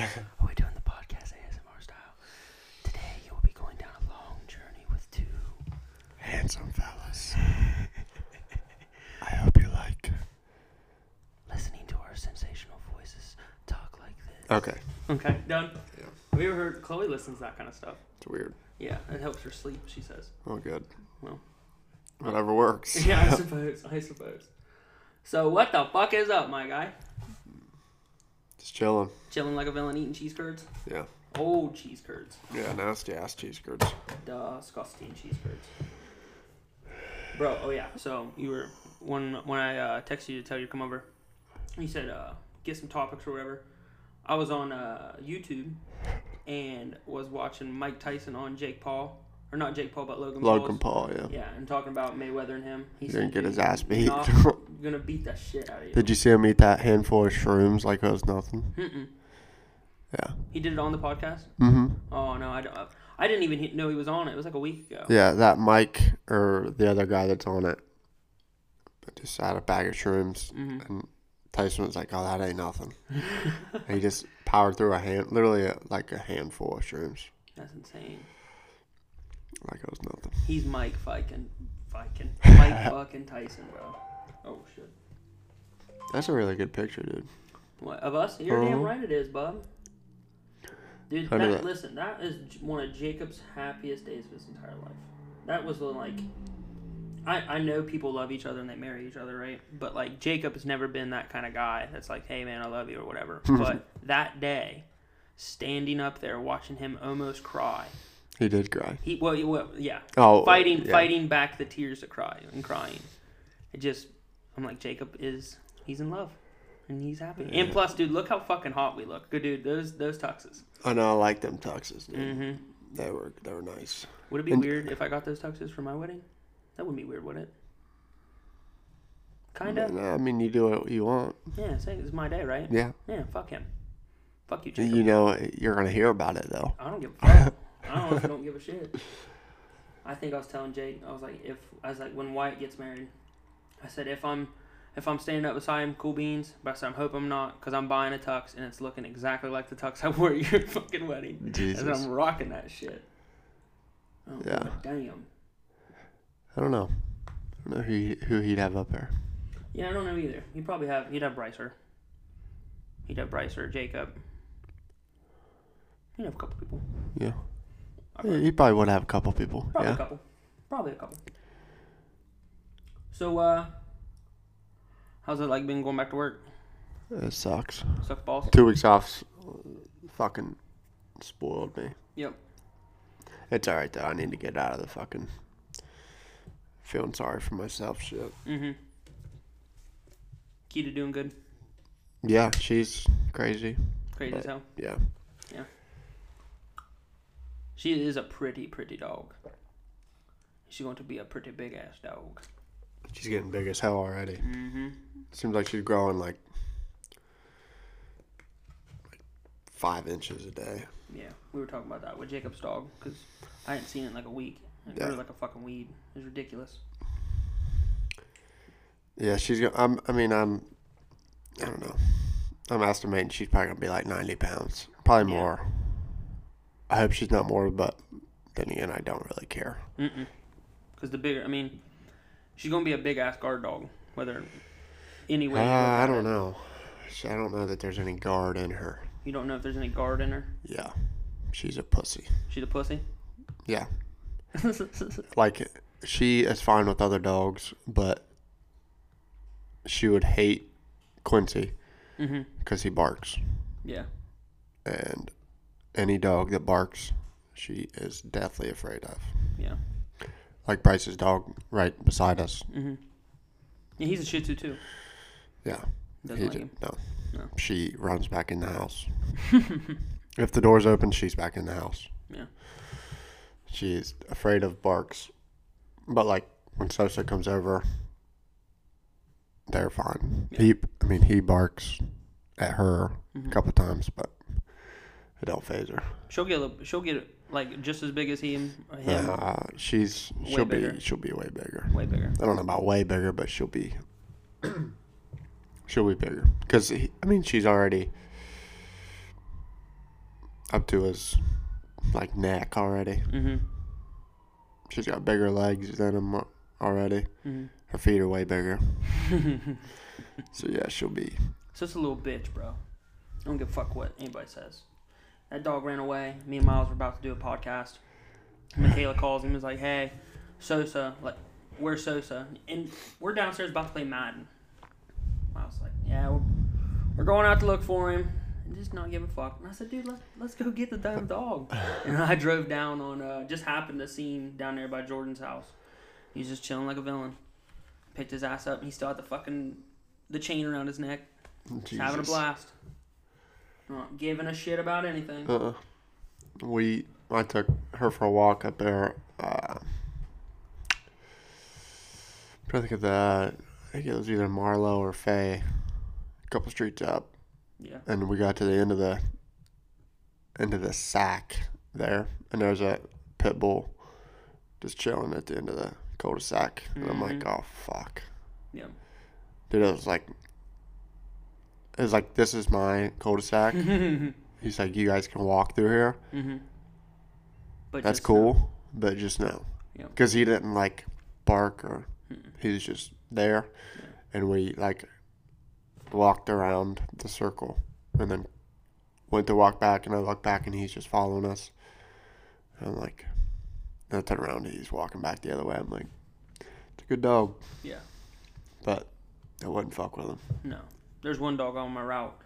Are we doing the podcast ASMR style? Today you will be going down a long journey with two. Handsome fellas. I hope you like. Listening to our sensational voices talk like this. Okay. Okay, done. Yeah. Have you ever heard Chloe listens to that kind of stuff? It's weird. Yeah, it helps her sleep, she says. Oh, good. Well. Whatever works. Yeah, I suppose. I suppose. So what the fuck is up, my guy? Just chilling. Chilling like a villain, eating cheese curds. Yeah. Old cheese curds. Yeah. Nasty ass cheese curds. Disgusting cheese curds. Bro, oh yeah. So you were when when I uh, texted you to tell you to come over, you said uh, get some topics or whatever. I was on uh, YouTube and was watching Mike Tyson on Jake Paul, or not Jake Paul, but Logan. Logan Paul's- Paul. Yeah. Yeah, and talking about Mayweather and him. He He didn't said, get his "Dude, ass beat. nah, I'm gonna beat that shit out of you. Did you see him eat that handful of shrooms like it was nothing? Mm-mm. Yeah. He did it on the podcast. Mm-hmm. Oh no, I don't. I didn't even he- know he was on it. It was like a week ago. Yeah. That Mike or the other guy that's on it, but just had a bag of shrooms hmm and Tyson was like, "Oh, that ain't nothing." And he just powered through a hand, literally uh like a handful of shrooms, That's insane. like it was nothing. He's Mike fucking, fucking, Mike fucking Tyson, bro. Oh shit. That's a really good picture, dude. What of us? You're damn Uh-huh. right it is, bub. Dude, I know that, that. listen, that is j- one of Jacob's happiest days of his entire life. That was the, like, I I know people love each other and they marry each other, right? But like Jacob has never been that kind of guy that's like, hey man, I love you or whatever. but that day, standing up there watching him almost cry, He did cry. he well, he- well yeah, Oh, fighting yeah. fighting back the tears to cry and crying. It just I'm like Jacob is he's in love and he's happy. And plus, dude, look how fucking hot we look. Good dude, those those tuxes. I know. I like them tuxes, dude. Mm-hmm. They were they were nice. Would it be And- weird if I got those tuxes for my wedding? That wouldn't be weird, would it? Kinda. And, uh, I mean, you do what you want. Yeah, say it's my day, right? Yeah. Yeah, fuck him. Fuck you, Jacob. You know, you're gonna hear about it though. I don't give a fuck. I honestly don't give a shit. I think I was telling Jake, I was like, if I was like, when Wyatt gets married, I said if I'm if I'm standing up beside him, cool beans. But I said I hope I'm not, cause I'm buying a tux and it's looking exactly like the tux I wore at your fucking wedding. And Jesus. I'm rocking that shit. Oh, Yeah. God Damn. I don't know. I don't know who he- who he'd have up there. Yeah, I don't know either. He'd probably have he'd have Brycer. He'd have Brycer, Jacob. He'd have a couple people. Yeah. I He he probably would have a couple people. Probably a yeah. couple. Probably a couple. So, uh, how's it like been going back to work? It sucks. Suck balls. Two weeks off, fucking spoiled me. Yep. It's all right though. I need to get out of the fucking feeling sorry for myself shit. Mm-hmm. Key to doing good. Yeah, she's crazy. Crazy as Right. hell. Yeah. She is a pretty, pretty dog. She's going to be a pretty big ass dog. She's getting big as hell already. Mm-hmm. Seems like she's growing like like five inches a day. Yeah, we were talking about that with Jacob's dog because I hadn't seen it in like a week. It Yeah. grew like a fucking weed. It was ridiculous. Yeah, she's gonna. I'm, I mean, I'm. I don't know. I'm estimating she's probably gonna be like 90 pounds, probably Yeah. more. I hope she's not more, but then again, I don't really care. Mm-mm. Because the bigger, I mean, she's going to be a big ass guard dog, whether any way. Uh, you look I at it. don't know. She- I don't know that there's any guard in her. You don't know if there's any guard in her. Yeah, she's a pussy. She's a pussy. Yeah, mm-hmm. like she is fine with other dogs, but she would hate Quincy because he barks. Yeah. and any dog that barks, she is deathly afraid of. Yeah. Like Bryce's dog right beside us. Mm-hmm. Yeah, he's a Shih Tzu too. Yeah. Doesn't he like did- him. No. No. She runs back in the house. if the door's open, she's back in the house. Yeah. She's afraid of barks. But like when Sosa comes over, they're fine. Yeah. Mm-hmm. He I mean he barks at her a couple times, but it don't phase her. She'll get a, little- she'll get like just as big as he him. or him. Uh, she's she'll bigger. be she'll be way bigger. Way bigger. I don't know about way bigger, but she'll be she'll be bigger because I mean she's already up to his like neck already. Mm-hmm. She's got bigger legs than him al- already. Mhm. Her feet are way bigger. so yeah, she'll be. So it's a little bitch, bro. I don't give a fuck what anybody says. That dog ran away. Me and Miles were about to do a podcast. Michaela calls him and is like, hey, Sosa, like, where's Sosa? And we're downstairs about to play Madden. Miles is like, yeah, we're, we're going out to look for him. And just not give a fuck. And I said, dude, let, let's go get the damn dog. And I drove down on, uh, just happened to see him down there by Jordan's house. He's just chilling like a villain. Picked his ass up and he still had the fucking, the chain around his neck. Just having a Jesus. blast. Not giving a shit about anything. Uh, we I took her for a walk up there. Uh, trying to think of the. I think it was either Marlowe or Faye, a couple streets up, Yeah. and we got to the end of the end of the sack there, and there's a pit bull just chilling at the end of the cul-de-sac, and I'm like, oh fuck, Yeah. dude, it was like. It was like this is my cul-de-sac. Mm-hmm. He's like, you guys can walk through here. But That's just cool, but just no. Yep. Because he didn't like bark or he was just there. And we like walked around the circle and then went to walk back. And I looked back and he's just following us. And I'm like, and I turn around and he's walking back the other way. I'm like, it's a good dog. uh, Yeah. But I wouldn't fuck with him. No. There's one dog on my route.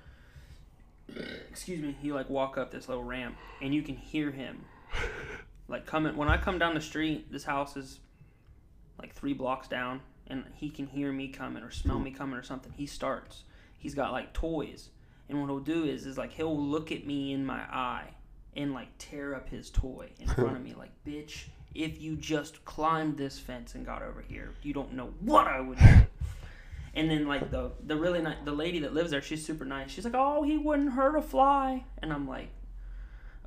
Excuse me. He like walk up this little ramp, and you can hear him, like coming. When I come down the street, this house is like three blocks down, and he can hear me coming or smell me coming or something. He starts. He's got like toys, and what he'll do is is like he'll look at me in my eye and like tear up his toy in front of me, like bitch. If you just climbed this fence and got over here, you don't know what I would do. And then like the the really nice the lady that lives there, she's super nice. She's like, "Oh, he wouldn't hurt a fly," and I'm like,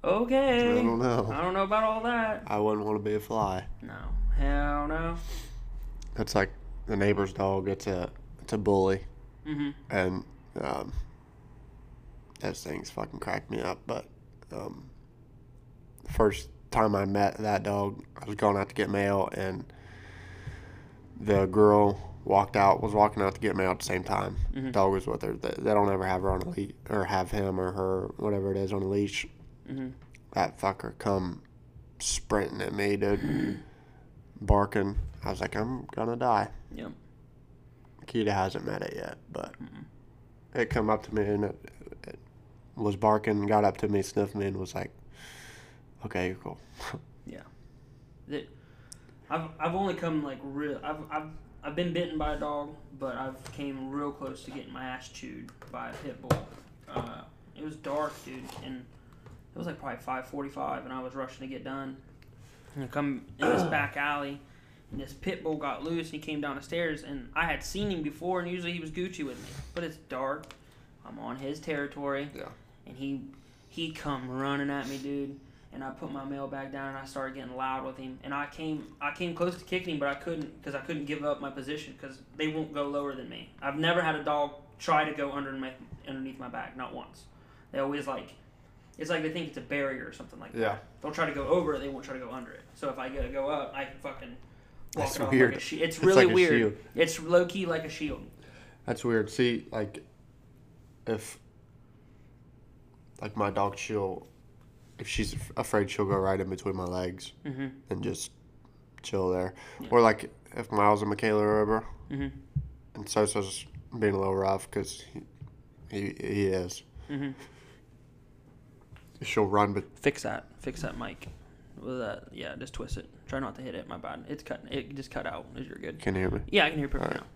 "Okay, I don't know. I don't know about all that. I wouldn't want to be a fly. No, hell no. That's like the neighbor's dog. It's a it's a bully, Mhm. and um, those things fucking crack me up. But um, the first time I met that dog, I was going out to get mail, and the girl walked out was walking out to get mail at the same time. Hmm. Dog was with her. They, they don't ever have her on a leash or have him or her whatever it is on a leash. Mhm. That fucker come sprinting at me, dude, barking. I was like, I'm gonna die. Yep. Kita hasn't met it yet, but it come up to me and it, it was barking, got up to me, sniffed me, and was like, "Okay, you're cool." Yeah. That I've I've only come like real I've I've I've been bitten by a dog, but I've came real close to getting my ass chewed by a pit bull. Uh, it was dark, dude, and it was like probably five forty five and I was rushing to get done. And I come in this back alley and this pit bull got loose and he came down the stairs and I had seen him before and usually he was Gucci with me. But it's dark. I'm on his territory Yeah. and he he come running at me, dude. And I put my mail back down and I started getting loud with him. And I came I came close to kicking him, but I couldn't because I couldn't give up my position because they won't go lower than me. I've never had a dog try to go under my underneath my back, not once. They always like it's like they think it's a barrier or something like that. Yeah. They'll try to go over it, they won't try to go under it. So if I go go up, I can fucking walk That's it off weird. like a shield. It's It's really like a weird. shield. It's low key like a shield. That's weird. See, like, if like my dog, she'll if she's af- afraid, she'll go right in between my legs and just chill there. Or like if Miles and Michaela are over, Mhm. and Sosa's being a little rough because he, he he is. Mhm. She'll run, but Fix that. Fix that mic. With that, yeah, just twist it. Try not to hit it. My bad. It's cutting. It just cut out. You're good. can you hear me. Yeah, I can hear perfect Alright.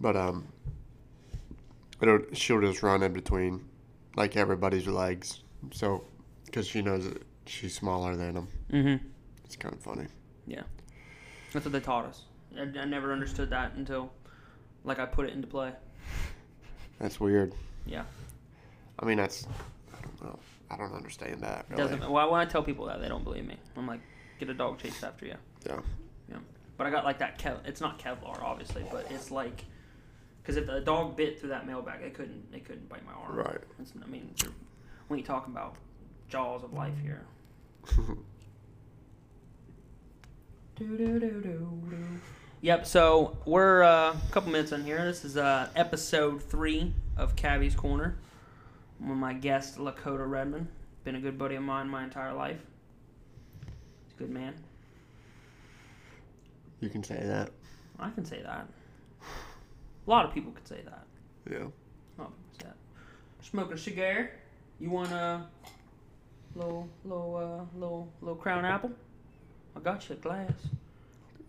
But um, it'll, she'll just run in between, like everybody's legs. So, because she knows that she's smaller than him, now. Mm-hmm. it's kind of funny. Yeah, that's what they taught us. I, I never understood that until, like, I put it into play. That's weird. Yeah, I mean, that's I don't know. I don't understand that it really. doesn't. Why when I tell people that they don't believe me? I'm like, get a dog chased after you. Yeah. Yeah, but I got like that. Kev- it's not Kevlar, obviously, but it's like, because if the dog bit through that mailbag, it couldn't. It couldn't bite my arm. Right. It's, I mean, when you talk about jaws of life here. Do-do-do-do-do. Yep, so we're uh, a couple minutes in here. This is uh, episode three of Cavi's Corner. One of my guests, Lakota Redman, been a good buddy of mine my entire life. He's a good man. You can say that. I can say that. A lot of people could say that. Yeah. A lot of people say that. Smoking a cigar. You want a little, little, uh, little, little crown apple? I got you a glass.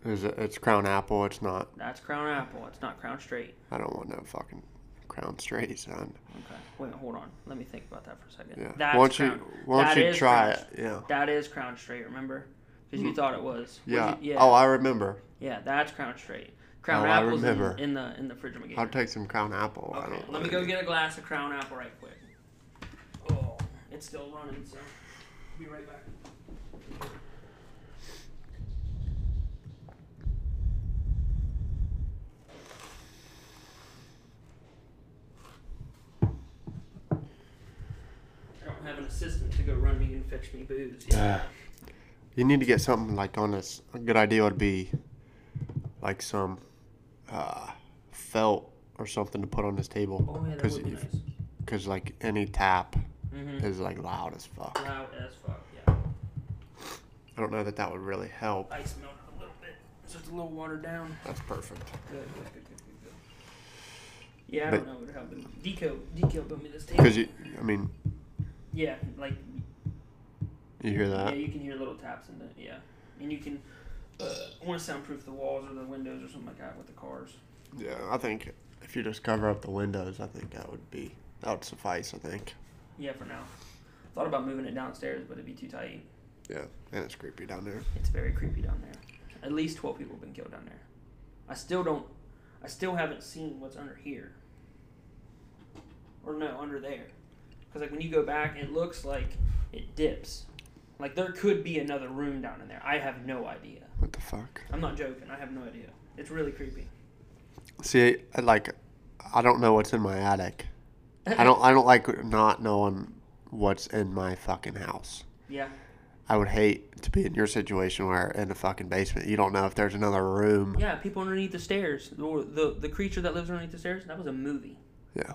Is it, it's Crown Apple. It's not. That's crown apple. It's not crown straight. I don't want no fucking Crown Straight, son. Okay. Wait, hold on. Let me think about that for a second. Yeah. That's won't crown. you? Won't that you is try Crown- it? Yeah. That is crown straight. Remember? Because you thought it was. Would Mm-hmm. Yeah. you- yeah. Oh, I remember. yeah. That's crown straight. Crown Oh, I apples in, remember. in the in the fridge again. I'll take some Crown Apple. I Okay, let don't. me want go any- get a glass of Crown Apple right quick. Oh, it's still running, so be right back. I don't have an assistant to go run me and fetch me booze. yet. You need to get something like on this. A good idea would be like some uh, felt or something to put on this table. Oh yeah, that Cause would be if- nice. Cause like any tap hmm is like loud as fuck. Loud as fuck. Yeah. I don't know that that would really help. Ice melted a little bit, so it's a little watered down. That's perfect. Good, good, good, good, good, good. Yeah, I But- don't know what happened. Deco, Deco built me this table. Cause you, I mean, yeah, like you hear yeah, that? you can hear little taps in the yeah, and you can. uh, I want to soundproof the walls or the windows or something like that with the cars. Yeah, I think if you just cover up the windows, I think that would be that would suffice. I think. Yeah, for now. Thought about moving it downstairs, but it'd be too tight. Yeah, and it's creepy down there. It's very creepy down there. At least twelve people have been killed down there. I still don't. I still haven't seen what's under here. Or no, under there. Because like when you go back, it looks like it dips. Like there could be another room down in there. I have no idea. What the fuck? I'm not joking. I have no idea. It's really creepy. See, I like, I don't know what's in my attic. I don't. I don't like not knowing what's in my fucking house. Yeah. I would hate to be in your situation where in the fucking basement you don't know if there's another room. Yeah. People underneath the stairs. Or the the creature that lives underneath the stairs. That was a movie. Yeah.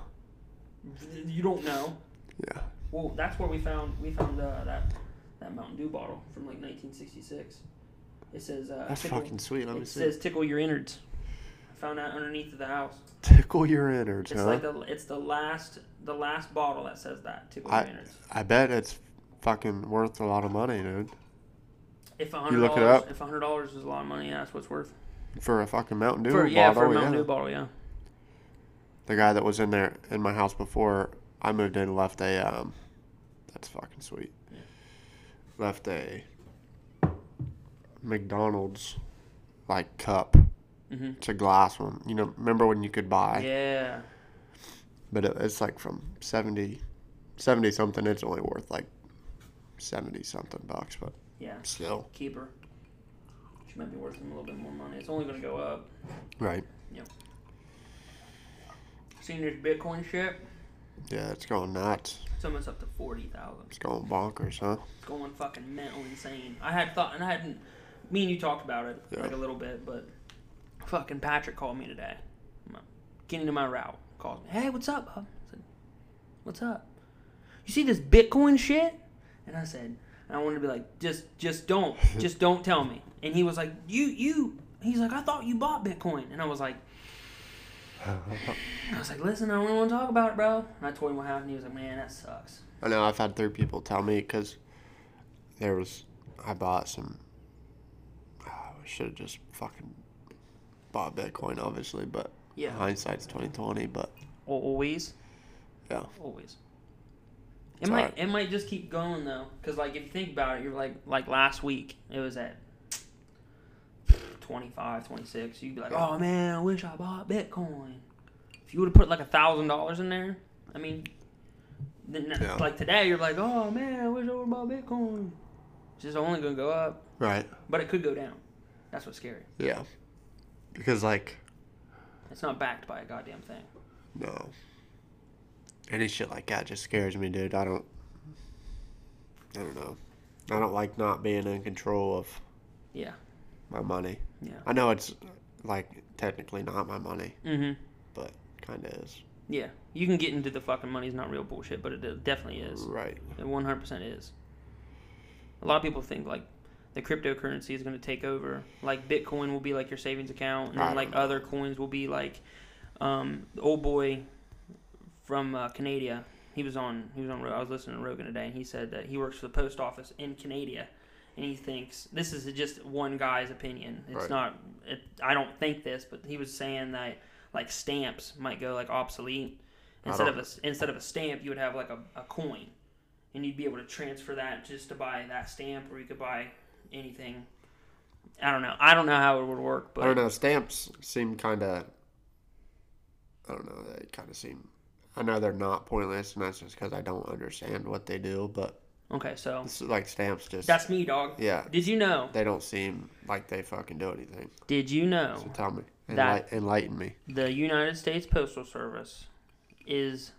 You don't know. Yeah. Well, that's where we found we found uh, that that Mountain Dew bottle from like 1966. It says uh, That's tickle, fucking sweet. Let me it see. says tickle your innards. I found that underneath the house. Tickle your innards, It's huh? like the it's the last the last bottle that says that tickle your I- innards. I bet it's fucking worth a lot of money, dude. If a You hundred look it dollars up? if a hundred dollars is a lot of money, yeah, that's what's worth. For a fucking Mountain Dew for bottle, yeah, for a Mountain yeah. Dew bottle, yeah. The guy that was in there in my house before I moved in left a um, that's fucking sweet. Yeah. Left a McDonald's like cup. Mm-hmm. It's a glass one. You know, remember when you could buy? Yeah. but it, it's like from 70 70 something it's only worth like 70 something bucks but Yeah. still Keep her. She might be worth them a little bit more money. It's only gonna go up. right Seen this Bitcoin shit? yeah it's going nuts It's almost up to forty thousand. it's going bonkers huh going fucking mental insane. I had thought, and I hadn't. Me and you talked about it Yeah. like a little bit, but fucking Patrick called me today. I'm Getting to my route, calls me. Hey, what's up? Bub? I said, what's up? You see this Bitcoin shit? And I said, and I wanted to be like, just, just don't, just don't tell me. And he was like, you, you. He's like, I thought you bought Bitcoin, and I was like. I was like, listen, I don't want to talk about it, bro. And I told him what happened. He was like, man, that sucks. i know i've had three people tell me because there was i bought some ah, i should have just fucking bought bitcoin obviously but Yeah. hindsight's 2020 but Always. yeah Always. It It's might alright. it might just keep going though, because like if you think about it, you're like like last week it was at 25, 26. You'd be like, oh man, I wish I bought Bitcoin. If you would have put like a thousand dollars in there, I mean, then Yeah. like today you're like, oh man, I wish I would have bought Bitcoin. It's just only gonna go up, right but it could go down. That's what's scary. yeah because like It's not backed by a goddamn thing. no any shit like that just scares me dude i don't I don't know. I don't like not being in control of Yeah. my money. Yeah. I know it's like technically not my money, Mm-hmm. but kind of is. Yeah. You can get into the fucking money's not real bullshit, but it de- definitely is. Right. It 100% is. A lot of people think like the cryptocurrency is going to take over. Like Bitcoin will be like your savings account, and I then don't like know. other coins will be like um, the old boy from uh, Canada. He was on. He was on. Ro- I was listening to Rogan today, and he said that he works for the post office in Canada, and he thinks this is just one guy's opinion. It's Right. not. It, I don't think this, but he was saying that like stamps might go like obsolete. I Instead don't- of a s- instead of a stamp, you would have like a, a coin, and you'd be able to transfer that just to buy that stamp, or you could buy anything. I don't know. I don't know how it would work, but I don't know. Stamps seem kind of. I don't know. They kind of seem. I know they're not pointless, and that's just because I don't understand what they do. But okay, so it's like stamps, just that's me, dog. yeah, Did you know? they don't seem like they fucking do anything. Did you know? So tell me, Oh. That- Enli- enlighten me. the United States Postal Service is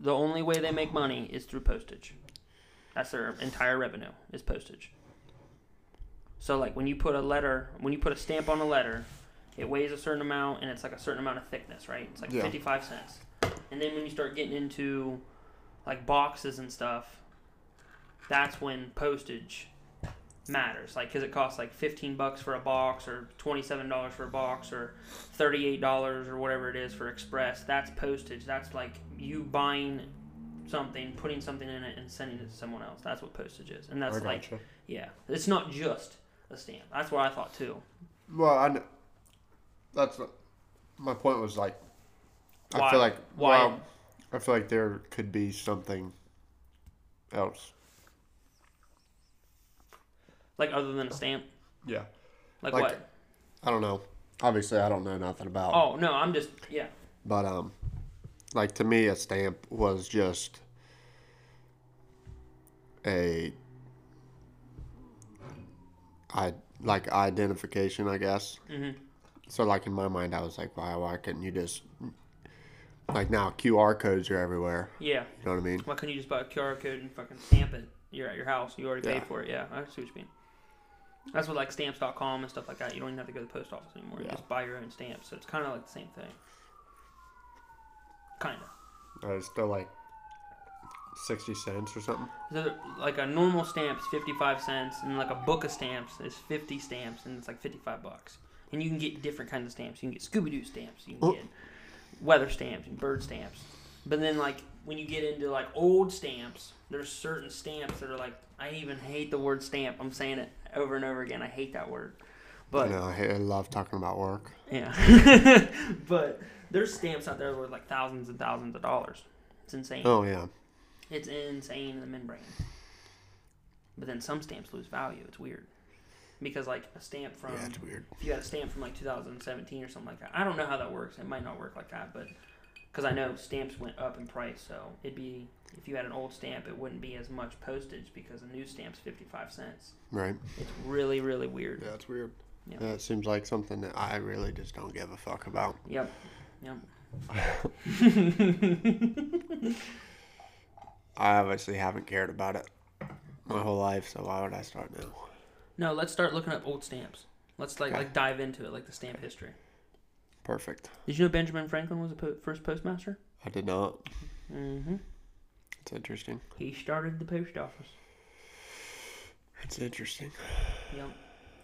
the only way they make money is through postage. That's their entire revenue is postage. So like when you put a letter, when you put a stamp on a letter, it weighs a certain amount and it's like a certain amount of thickness, right? It's like Yeah. 55 cents. And then when you start getting into like boxes and stuff, that's when postage matters. Like, cause it costs like fifteen bucks for a box, or twenty-seven dollars for a box, or thirty-eight dollars or whatever it is for express. That's postage. That's like you buying something, putting something in it, and sending it to someone else. That's what postage is, and that's I like, gotcha. yeah, it's not just a stamp. That's what I thought too. Well, I. Kn- that's what- my point was like. I Why- feel like why- well, I feel like there could be something else. Like other than a stamp, Yeah. like, Like- what? I don't know. Obviously, I don't know nothing about. Oh no, I'm just yeah, But um, like to me, a stamp was just a I like identification, I guess. Mhm. So like in my mind, I was like, why why couldn't you just like now QR codes are everywhere. yeah. You know what I mean? Why couldn't you just buy a QR code and fucking stamp it? You're at your house. You already Yeah. paid for it. Yeah, I see what you mean. That's what like stamps.com and stuff like that. You don't even have to go to the post office anymore. You Yeah. just buy your own stamps. So it's kind of like the same thing. Kind of. Uh, it's still like sixty cents or something. So, like a normal stamp's 55 cents and like a book of stamps is 50 stamps and it's like 55 bucks. And you can get different kinds of stamps. You can get Scooby Doo stamps. You can Oh. get weather stamps and bird stamps. But then like when you get into like old stamps, there's certain stamps that are like I even hate the word stamp. I'm saying it over and over again. I hate that word. But But you know, I, I love talking about work. yeah. but there's stamps out there worth like thousands and thousands of dollars. It's insane. Oh yeah, It's insane in the membrane. But then some stamps lose value. It's weird. Because like a stamp from yeah, it's weird. if you got a stamp from like 2017 or something like that. I don't know how that works. It might not work like that, but because I know stamps went up in price, so it'd be if you had an old stamp, it wouldn't be as much postage because a new stamp's 55 cents. Right? It's really really weird. Yeah, it's weird. Yeah. yeah, it seems like something that I really just don't give a fuck about. Yep. Yep. I obviously haven't cared about it my whole life, so why would I start now? No, let's start looking up old stamps. Let's like Okay. like dive into it, like the stamp history. Perfect. Did you know Benjamin Franklin was the po- first postmaster? I did not. Mm-hmm. It's interesting. He started the post office. It's interesting. Yep.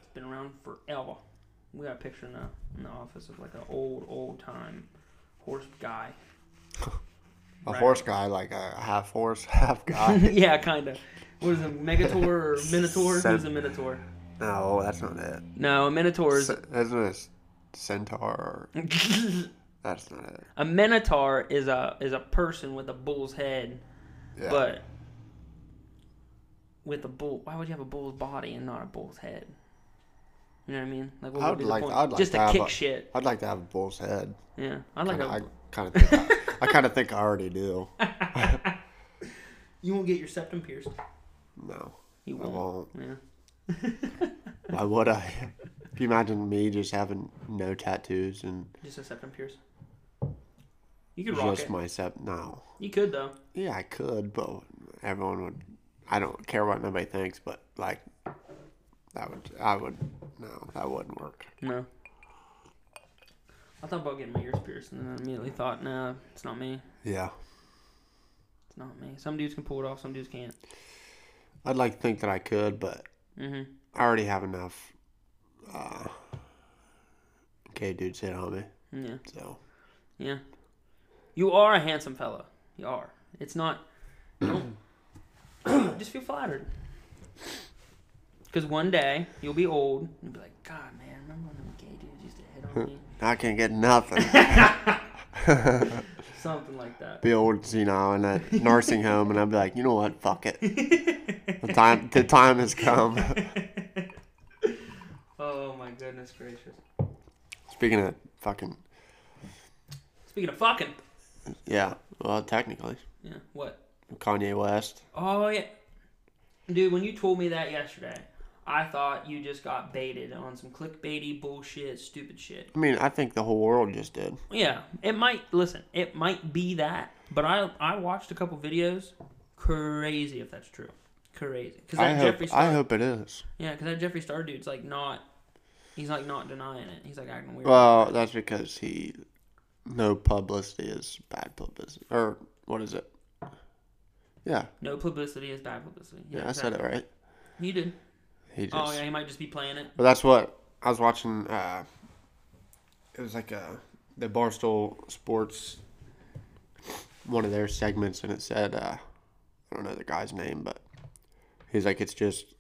It's been around forever. We got a picture in the, in the office of like an old, old time horse guy. A Right. horse guy, like a half horse, half guy. yeah, kind of. What is a Megator or Minotaur? Sen- Who's a Minotaur? no, that's not it. No, a Minotaur is. C- isn't it a c- centaur? Or... That's not it. a Minotaur is a is a person with a bull's head, Yeah. but with a bull. Why would you have a bull's body and not a bull's head? You know what I mean? Like, what I would be would like- the point? I'd like Just to have to kick a- shit. I'd like to have a bull's head. Yeah, I like. Kinda- I a, kind of think I, I kind of think I already do. you won't get your septum pierced. No, You I won't. won't. Yeah. Why would I? Can you imagine me just having no tattoos and Just a septum pierce. You could rock just it. my sep? No. You could though. Yeah, I could, but everyone would. I don't care what nobody thinks, but like that would I would no, that wouldn't work. No. I thought about getting my ears pierced, and then I immediately thought, nah, it's not me. Yeah. It's not me. Some dudes can pull it off, some dudes can't. I'd like to think that I could, but Mm-hmm. I already have enough uh gay dudes hit on me. Yeah. So Yeah. You are a handsome fella. You are. It's not. Don't. just feel flattered. Because one day you'll be old and you'll be like, God, man, remember when them gay dudes used to hit on me? I can't get nothing. Something like that. Be old and senile in a nursing home and I'd be like, you know what, fuck it. The time the time has come. Oh my goodness gracious. Speaking of fucking Speaking of fucking. yeah, well technically. Yeah. What? Kanye West. Oh yeah. Dude, when you told me that yesterday, I thought you just got baited on some clickbaity bullshit, stupid shit. I mean, I think the whole world just did. Yeah, it might. Listen, it might be that, but I I watched a couple videos. Crazy if that's true. Crazy because I that hope, Jeffree Star. I hope it is. Yeah, because that Jeffree Star dude's like not. He's like not denying it. He's like acting weird. Well, that's because he. No publicity is bad publicity. Or, what is it? Yeah, no publicity is bad publicity. yeah, I said it right. You did. He just. Oh yeah, he might just be playing it. But that's what I was watching. Uh, it was like a the Barstool Sports one of their segments, and it said uh, I don't know the guy's name, but he's like it's just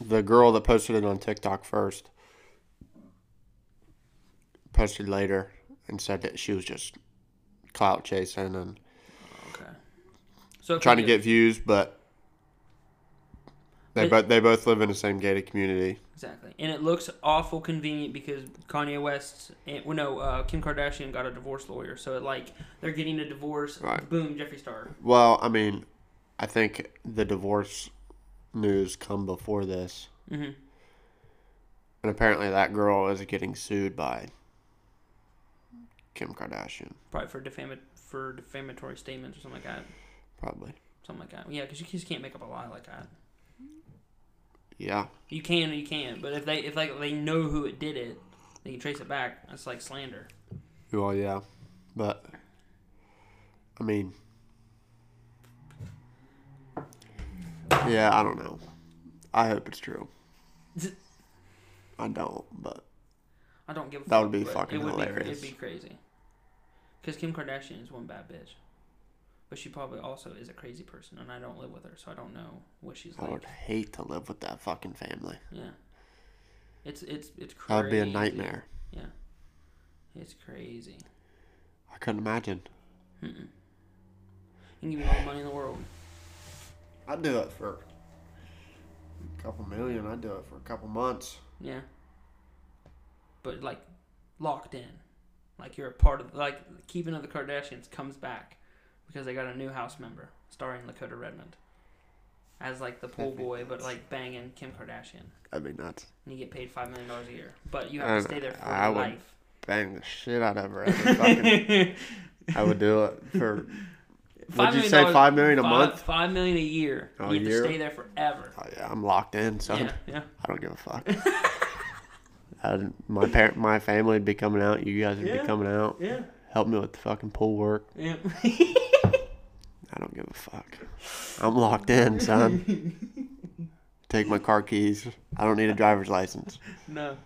the girl that posted it on TikTok first posted later and said that she was just clout chasing and Okay. So it could trying to be- get views, but they But- both they both live in the same gated community. Exactly, and it looks awful convenient because Kanye West, and, well, no, uh, Kim Kardashian got a divorce lawyer, so it like they're getting a divorce. Right. Boom, Jeffree Star. Well, I mean, I think the divorce news come before this, hmm and apparently that girl is getting sued by Kim Kardashian, Probably for defam for defamatory statements or something like that. probably. Something like that. Yeah, because you just can't make up a lie like that. Yeah, You can or you can't, but if they if like they know who it did it, they can trace it back. That's like slander. well, yeah, but I mean, yeah, I don't know. I hope it's true. I don't, but I don't give. a That fuck, would be but fucking it would be cra- hilarious. it'd be crazy. Because Kim Kardashian is one bad bitch, but she probably also is a crazy person, and I don't live with her, so I don't know what she's I like. would hate to live with that fucking family. Yeah, it's it's it's crazy. That would be a nightmare. Yeah, it's crazy. I couldn't imagine. Mm-mm. You can give me all the money in the world. I'd do it for a couple million. I'd do it for a couple months. Yeah, but like locked in, like you're a part of like keeping of the Kardashians comes back because they got a new house member starring Lakota Redmond as like the pool boy, but like banging Kim Kardashian, That'd be nuts. and you get paid five million dollars a year, but you have to Uh, stay there for I would- life. Bang the shit out of her. every fucking- I would do it for. Would you say dollars- five million a five- month? Five million a year. Oh, you have year? to stay there forever. Oh yeah, I'm locked in, son. Yeah, yeah. I don't give a fuck. I'd, my parent, my family would be coming out. You guys would Yeah. be coming out. Yeah. Help me with the fucking pool work. Yeah. I don't give a fuck. I'm locked in, son. Take my car keys. I don't need a driver's license. no.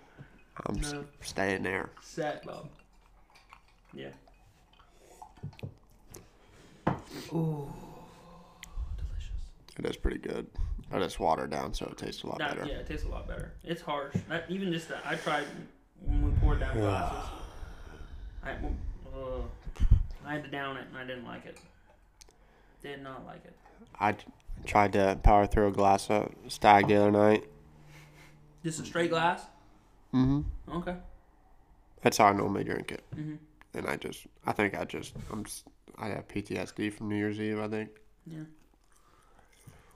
I'm s- No. staying there. Set Bob. Yeah. Ooh. Delicious. It is pretty good. I just watered down, so it tastes a lot That- better. yeah, it tastes a lot better. It's harsh. That, even just that, I tried when we poured down glasses. I, uh, I had to down it and I didn't like it. Did not like it. I t- tried to power through a glass of stag the other night. Just a straight glass? Mm-hmm. Okay. That's how I normally drink it. Mm-hmm. And I just, I think I just, I'm, s- I have PTSD from New Year's Eve. I think Yeah.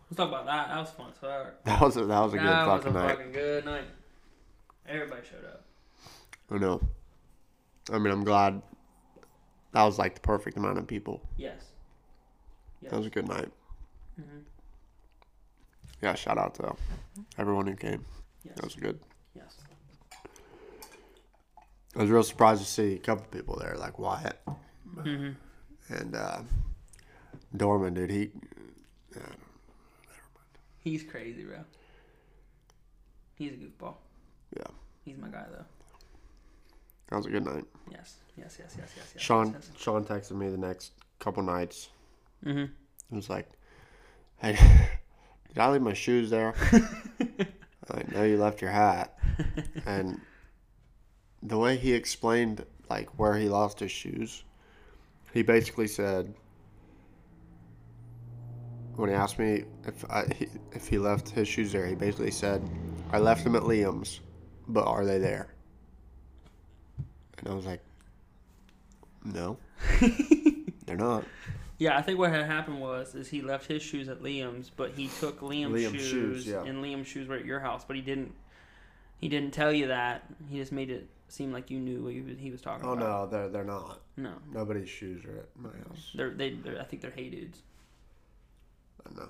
Let's talk about that. That was fun. So that, that was a, that was a good that was fucking a night. fucking good night. Everybody showed up. I know. I mean, I'm glad. That was like the perfect amount of people. Yes. Yes. That was a good night. Mhm. Yeah, shout out to everyone who came. Yes. That was good. Yes. I was real surprised to see a couple people there, like Wyatt Mm-hmm. and uh, Dorman, dude. He He's crazy, bro. He's a goofball. Yeah. He's my guy, though. that was a good night. Yes. Yes. Yes. Yes. Yes. Yes. Sean Yes, Sean texted me the next couple nights. yes. Mm-hmm. It was like, hey, did I leave my shoes there? I like, no, you left your hat. And the way he explained, like, where he lost his shoes, he basically said, when he asked me if I, he, if he left his shoes there, he basically said, I left them at Liam's, but are they there? And I was like, no, they're not. Yeah, I think what had happened was is he left his shoes at Liam's, but he took Liam's, Liam's shoes, shoes, yeah. and Liam's shoes were at your house, but he didn't. He didn't tell you that. He just made it seem like you knew what he was, he was talking Oh, about. no, they're, they're not. Oh no, no, Nobody's shoes are at my house. they're they. They're, I think they're hey dudes. I know.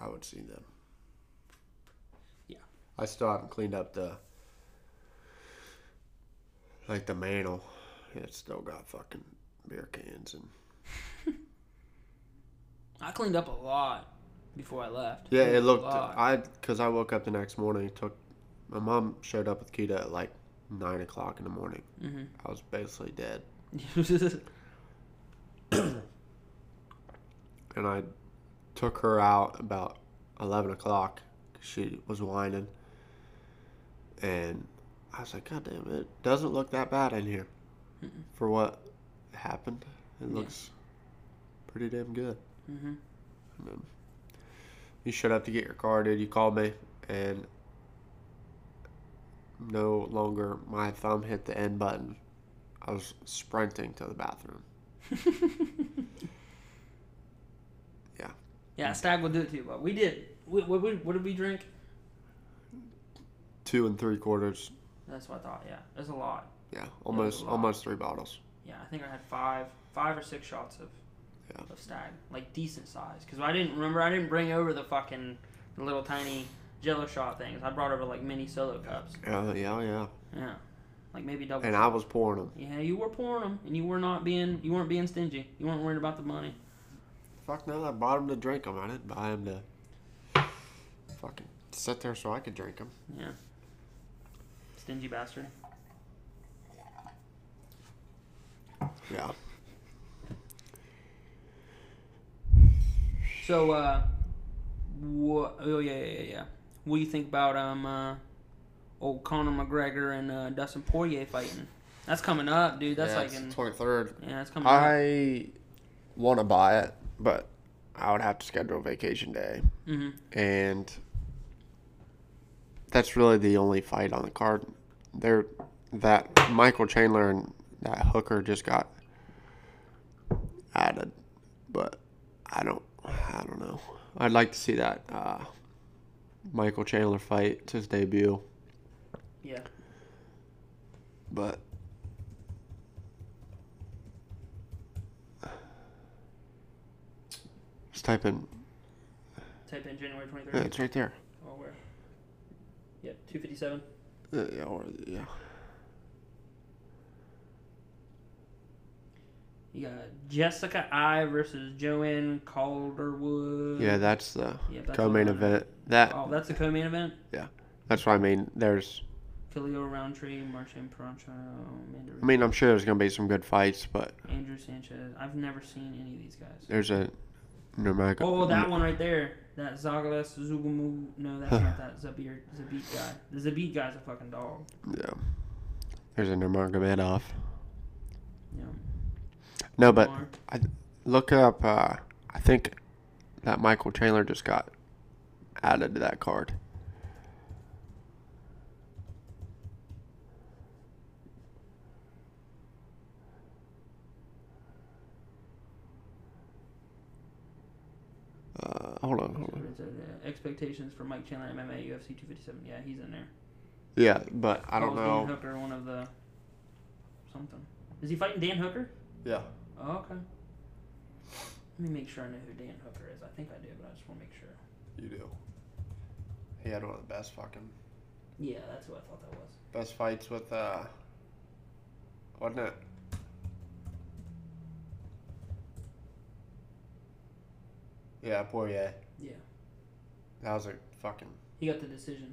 I would see them. Yeah. I still haven't cleaned up the like the mantle. It's still got fucking beer cans and I cleaned up a lot before I left. yeah. It A looked uh, lot. I because I woke up the next morning. Took my mom showed up with Kita at like nine o'clock in the morning. Mhm. I was basically dead, Mm-hmm. and I took her out about eleven o'clock. 'cause She was whining, and I was like, "God damn, it doesn't look that bad in here." Mm-mm. For what happened, it Yeah. looks pretty damn good. Mhm. And then you showed up to get your car, dude. You called me, and no longer my thumb hit the end button. I was sprinting to the bathroom. Yeah. Yeah, Stag will do it to you, but we did. We, what, we, what did we drink? Two and three quarters. That's what I thought. Yeah, that's a lot. Yeah, almost lot. almost three bottles. Yeah, I think I had five, five or six shots of, Yeah. of stag, like decent size. Because I didn't remember, I didn't bring over the fucking the little tiny Jello shot things. I brought over like mini solo cups. Yeah, yeah, yeah. Yeah, like maybe double. And I was pouring them. yeah, you were pouring them, and you were not being, you weren't being stingy. You weren't worried about the money. Fuck no, I bought them to drink them. I didn't buy them to fucking sit there so I could drink them. Yeah, stingy bastard. Yeah. So, uh, what? Oh yeah, yeah, yeah, yeah. What do you think about um, uh, old Conor McGregor and uh, Dustin Poirier fighting? That's coming up, dude. That's yeah, like in. twenty third. Yeah, it's coming up. I want to buy it, but I would have to schedule a vacation day, hmm and that's really the only fight on the card. There, that Michael Chandler and that Hooker just got added, but I don't, I don't know. I'd like to see that uh, Michael Chandler fight, it's his debut, Yeah. but. Just type in Type in January twenty Yeah, third. it's right there. Oh, where? Yeah, two fifty seven. Uh, yeah, or, yeah. You got Jessica I versus Joanne Calderwood. yeah, that's the Yeah, that's co-main the one. event. That Oh, that's the co-main event. that's what I mean. There's, Khalil Roundtree, Marcin Perancho, Mandarin, I mean, I'm sure there's gonna be some good fights, but Andrew Sanchez. I've never seen any of these guys. there's a Nurmag. Oh, that one right there. That Zagalas Zugumu. No, that's not that Zabir Zabit guy. The Zabit guy's a fucking dog. Yeah, there's a Nurmagomedov. Yeah. No, but Mar- look up. Uh, I think that Michael Chandler just got added to that card. Uh, hold on, hold on. expectations for Mike Chandler MMA UFC 257. Yeah, he's in there. Yeah, but I don't Oh, Dan know. Hooker, one of the something. Is he fighting Dan Hooker? Yeah, Oh, okay. Let me make sure I know who Dan Hooker is. I think I do, but I just want to make sure. you do. He had one of the best fucking Yeah, that's who I thought that was. best fights with uh wasn't it? Yeah, Poirier. Yeah. That was a fucking He got the decision.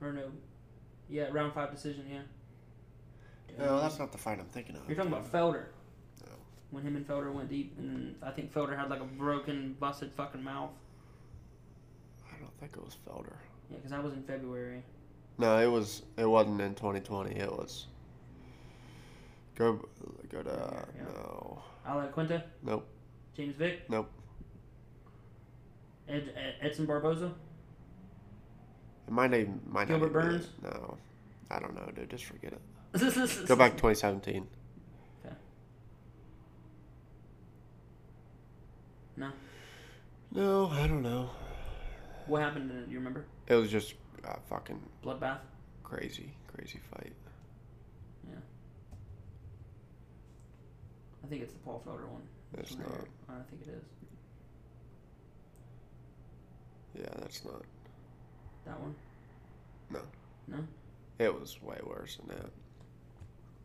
Or no. Yeah, round five decision, yeah. No, that's not the fight I'm thinking of. You're talking about Felder. No. When him and Felder went deep, and I think Felder had like a broken, busted fucking mouth. I don't think it was Felder. Yeah, because that was in February. No, it was it wasn't in twenty twenty, it was go go to Yeah. no. Alex Quinta? Nope. James Vick? Nope. Ed, Ed, Edson Barboza? It might even might not Gilbert even be Burns? it. No. I don't know, dude. Just forget it. Go back to 2017. Okay. No. No, I don't know. What happened in it? You remember? It was just a fucking Bloodbath? crazy, crazy fight. I think it's the Paul Felder one. That's Right. not. I think it is. Yeah, that's not. That one? It was way worse than that.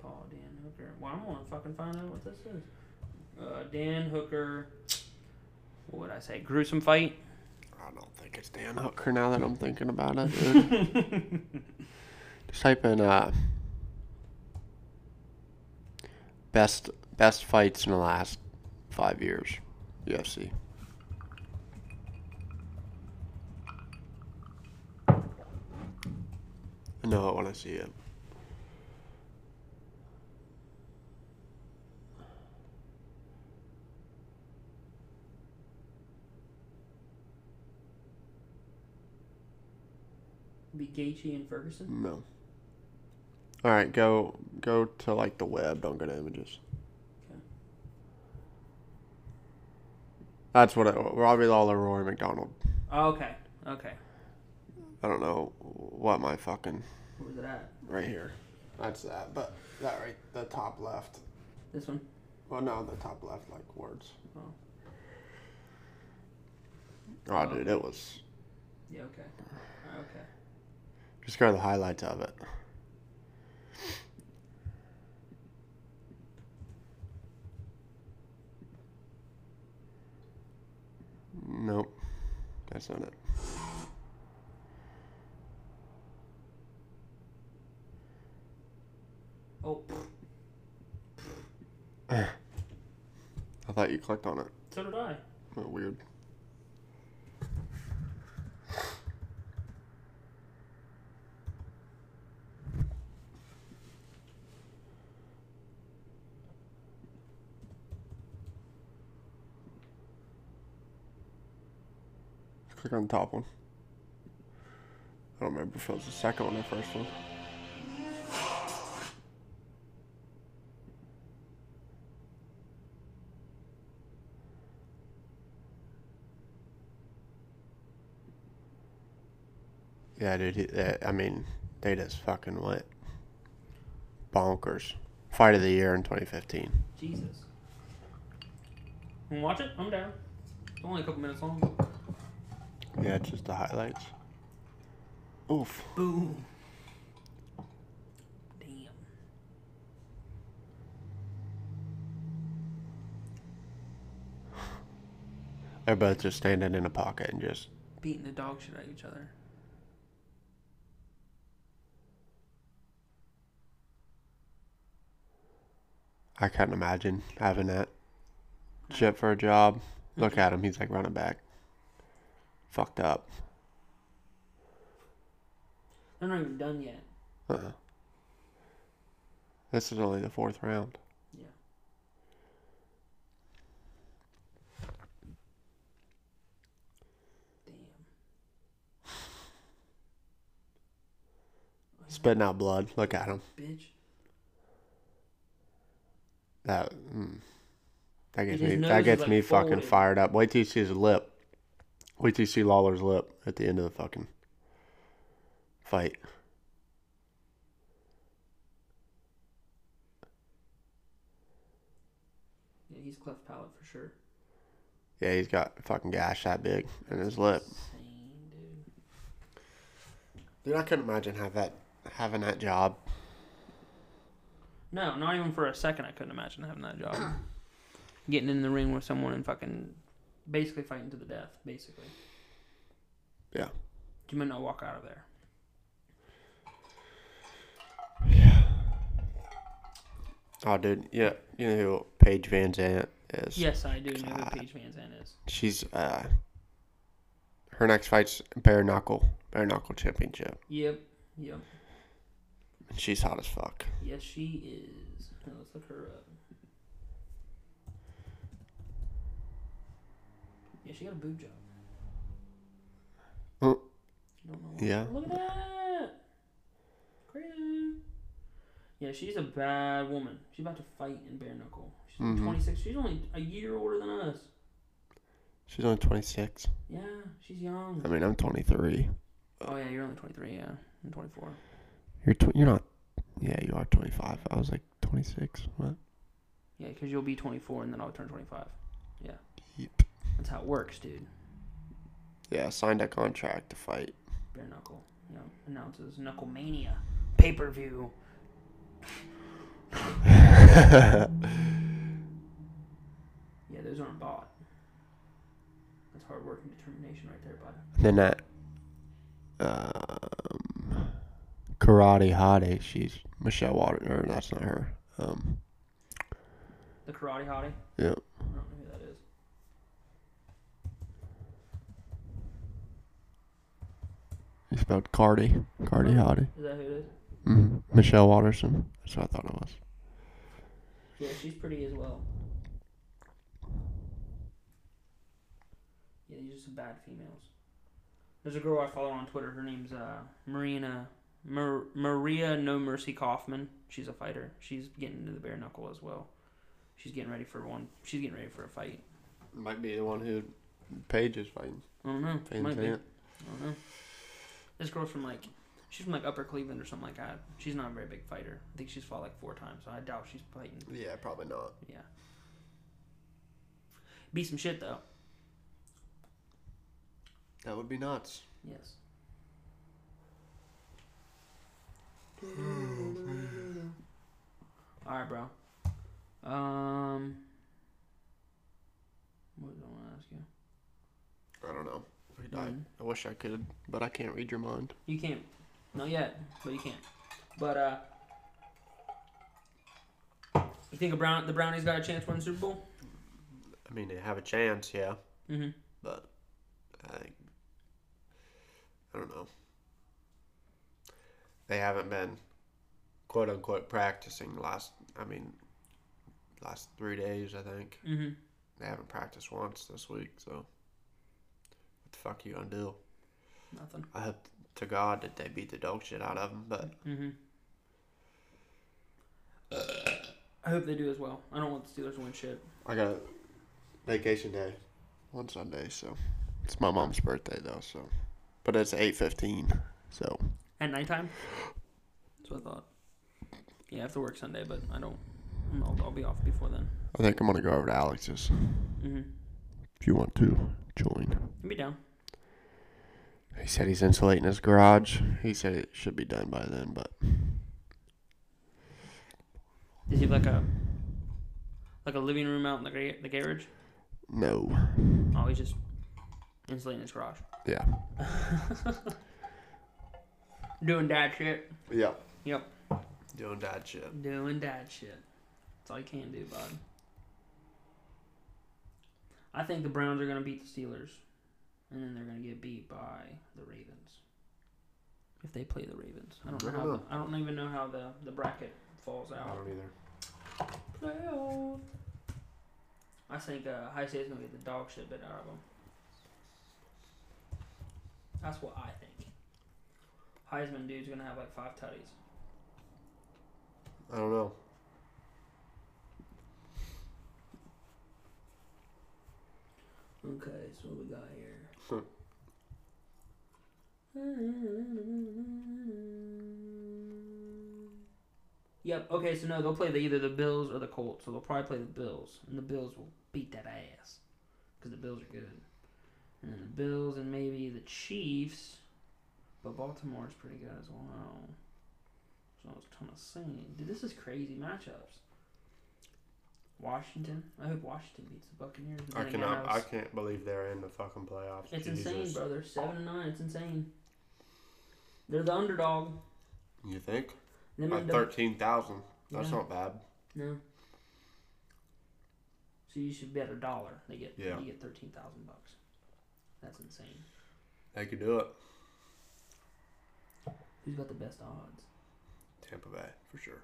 Paul Dan Hooker. Well, I'm gonna fucking find out what this is. Uh, Dan Hooker. What would I say? Gruesome fight. I don't think it's Dan Hooker now that I'm thinking about it, dude. Best just type in uh best best fights in the last five years, UFC. I know it when I see it. be Gaethje and Ferguson. No. All right, go go to like the web. Don't go to images. Okay. That's what it, Robbie Lawler, Rory McDonald. Oh, okay. Okay. I don't know what my fucking Where was it at? right here. That's that, but that right, the top left. This one. Well, no, the top left, like words. Oh. Oh, dude, it was. Yeah. Okay. Okay. Just go to the highlights of it. Nope, that's not it. Oh, I thought you clicked on it. so did I. Oh, weird. Click on the top one. I don't remember if it was the second one or first one. Yeah, dude. He, uh, I mean, they just fucking went bonkers. Fight of the year in 2015. Jesus. And watch it. I'm down. It's only a couple minutes long. Yeah, it's just the highlights. Oof. Boom. Damn. They're both just standing in a pocket and just Beating the dog shit out of each other. I couldn't imagine having that shit for a job. Look at him, he's like running back. Fucked up. They're not even done yet. Uh-uh. This is only the fourth round. Yeah. Damn. Spitting out blood. Look at him. Bitch. That mm, that gets his me nose that is, gets like, me fucking forward. fired up. Wait till you see his lip. Wait till you see Lawler's lip at the end of the fucking fight. Yeah, he's cleft palate for sure. Yeah, he's got a fucking gash that big in his lip. Insane, dude. Dude, I couldn't imagine have that having that job. No, not even for a second. I couldn't imagine having that job. Getting in the ring with someone and fucking, basically fighting to the death. Basically, Yeah. you might not walk out of there. Oh, dude. Yeah. You know who Paige Van Zant is? Yes, I do know who Paige Van Zandt is. She's uh. Her next fight's bare knuckle, bare knuckle championship. Yep, yep. And she's hot as fuck. Yes, she is. Now, let's look her up. Yeah, she got a boob job. Oh. Don't know why. Yeah. Look at that. Crazy. Yeah, she's a bad woman. She's about to fight in bare knuckle. She's Mhm. 26. She's only a year older than us. She's only 26. Yeah, she's young. I mean, I'm 23. Oh yeah, you're only 23. Yeah, I'm 24. You're tw- you're not. Yeah, you are 25. I was like 26. What? Yeah, because you'll be 24 and then I'll turn 25. Yeah. Yep. That's how it works, dude. Yeah, signed a contract to fight. Bare knuckle. You know, announces Knuckle Mania pay per view. Yeah, those aren't bought. That's hard work and determination right there, bud. And then that um, karate hottie. She's Michelle Water. Or that's not her. Um, The Karate Hottie. yeah. I don't know who that is. It's spelled Cardi. Cardi hottie. Is that who it is? hmm Michelle Watterson. That's what I thought it was. Yeah, she's pretty as well. Yeah, these are some bad females. There's a girl I follow on Twitter. Her name's uh, Marina Mar- Maria No Mercy Kaufman. She's a fighter. She's getting into the bare knuckle as well. She's getting ready for one. She's getting ready for a fight. Might be the one who Paige is fighting. I don't know. Van Might be. Zandt. I don't know. This girl's from like, she's from like Upper Cleveland or something like that. She's not a very big fighter. I think she's fought like four times, so I doubt she's fighting. Yeah, probably not. Yeah. Be some shit though. That would be nuts. Yes. All right, bro. Um, what do I want to ask you? I don't know. I, Mhm. I wish I could, but I can't read your mind. You can't. Not yet, but you can't. But uh, you think a brown the brownies got a chance to win the Super Bowl? I mean, they have a chance, yeah, Mm-hmm. but I, I don't know. They haven't been, quote unquote, practicing the last. I mean, last three days. I think Mm-hmm. they haven't practiced once this week. So, what the fuck you gonna do? Nothing. I hope to God that they beat the dog shit out of them, but Mm-hmm. I hope they do as well. I don't want the Steelers to win shit. I got vacation day on Sunday, so it's my mom's birthday though. So, but it's eight fifteen. So At nighttime? That's what I thought. Yeah, I have to work Sunday, but I don't. I'll, I'll be off before then. I think I'm gonna go over to Alex's Mm-hmm. if you want to join. I'll be down. He said he's insulating his garage. He said it should be done by then, but Does he have like a like a living room out in the gar- the garage? no. Oh, he's just insulating his garage, Yeah. doing dad shit. Yeah. Yep, Doing dad shit. doing dad shit. That's all you can do, bud. I think the Browns are gonna beat the Steelers, and then they're gonna get beat by the Ravens. If they play the Ravens, I don't know. How, I don't even know how the the bracket falls out. either. Playoff. I think uh, High State's gonna get the dog shit bit out of them. That's what I think. Heisman dude's gonna have like five tutties. I don't know. Okay, so what we got Hmm. here? yep. Okay, so no, they'll play the, either the Bills or the Colts. So they'll probably play the Bills, and the Bills will beat that ass because the Bills are good. And then the Bills and maybe the Chiefs. But Baltimore is pretty good as well. So I was trying to say, dude, this is crazy matchups. Washington, I hope Washington beats the Buccaneers. but I then again, cannot. was- I can't believe they're in the fucking playoffs. It's Jesus. insane, bro. They're seven and nine. It's insane. They're the underdog. You think? Them Like and the- thirteen thousand. That's Yeah. not bad. No. So you should bet a dollar. They get Yeah. you get thirteen thousand bucks. That's insane. They could do it. Who's got the best odds? Tampa Bay for sure.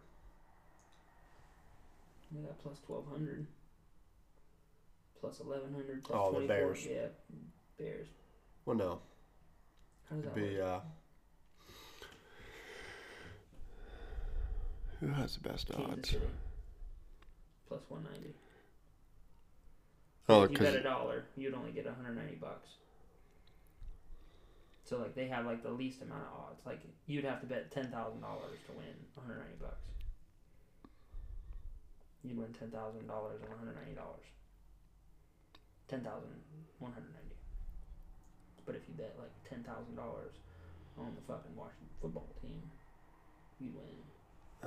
They got plus twelve hundred. Plus eleven hundred. Plus Oh, the 24. Bears. Yeah, Bears. Well, no, How does that it'd be. work? Uh, Who has the best Kansas City. Plus one ninety. Oh, If you bet a because dollar, you'd only get one hundred ninety bucks. So like they have like the least amount of odds. Like you'd have to bet ten thousand dollars to win one hundred ninety bucks. You'd win ten thousand dollars and one hundred ninety dollars. Ten thousand one hundred ninety. But if you bet like ten thousand dollars on the fucking Washington football team, you win.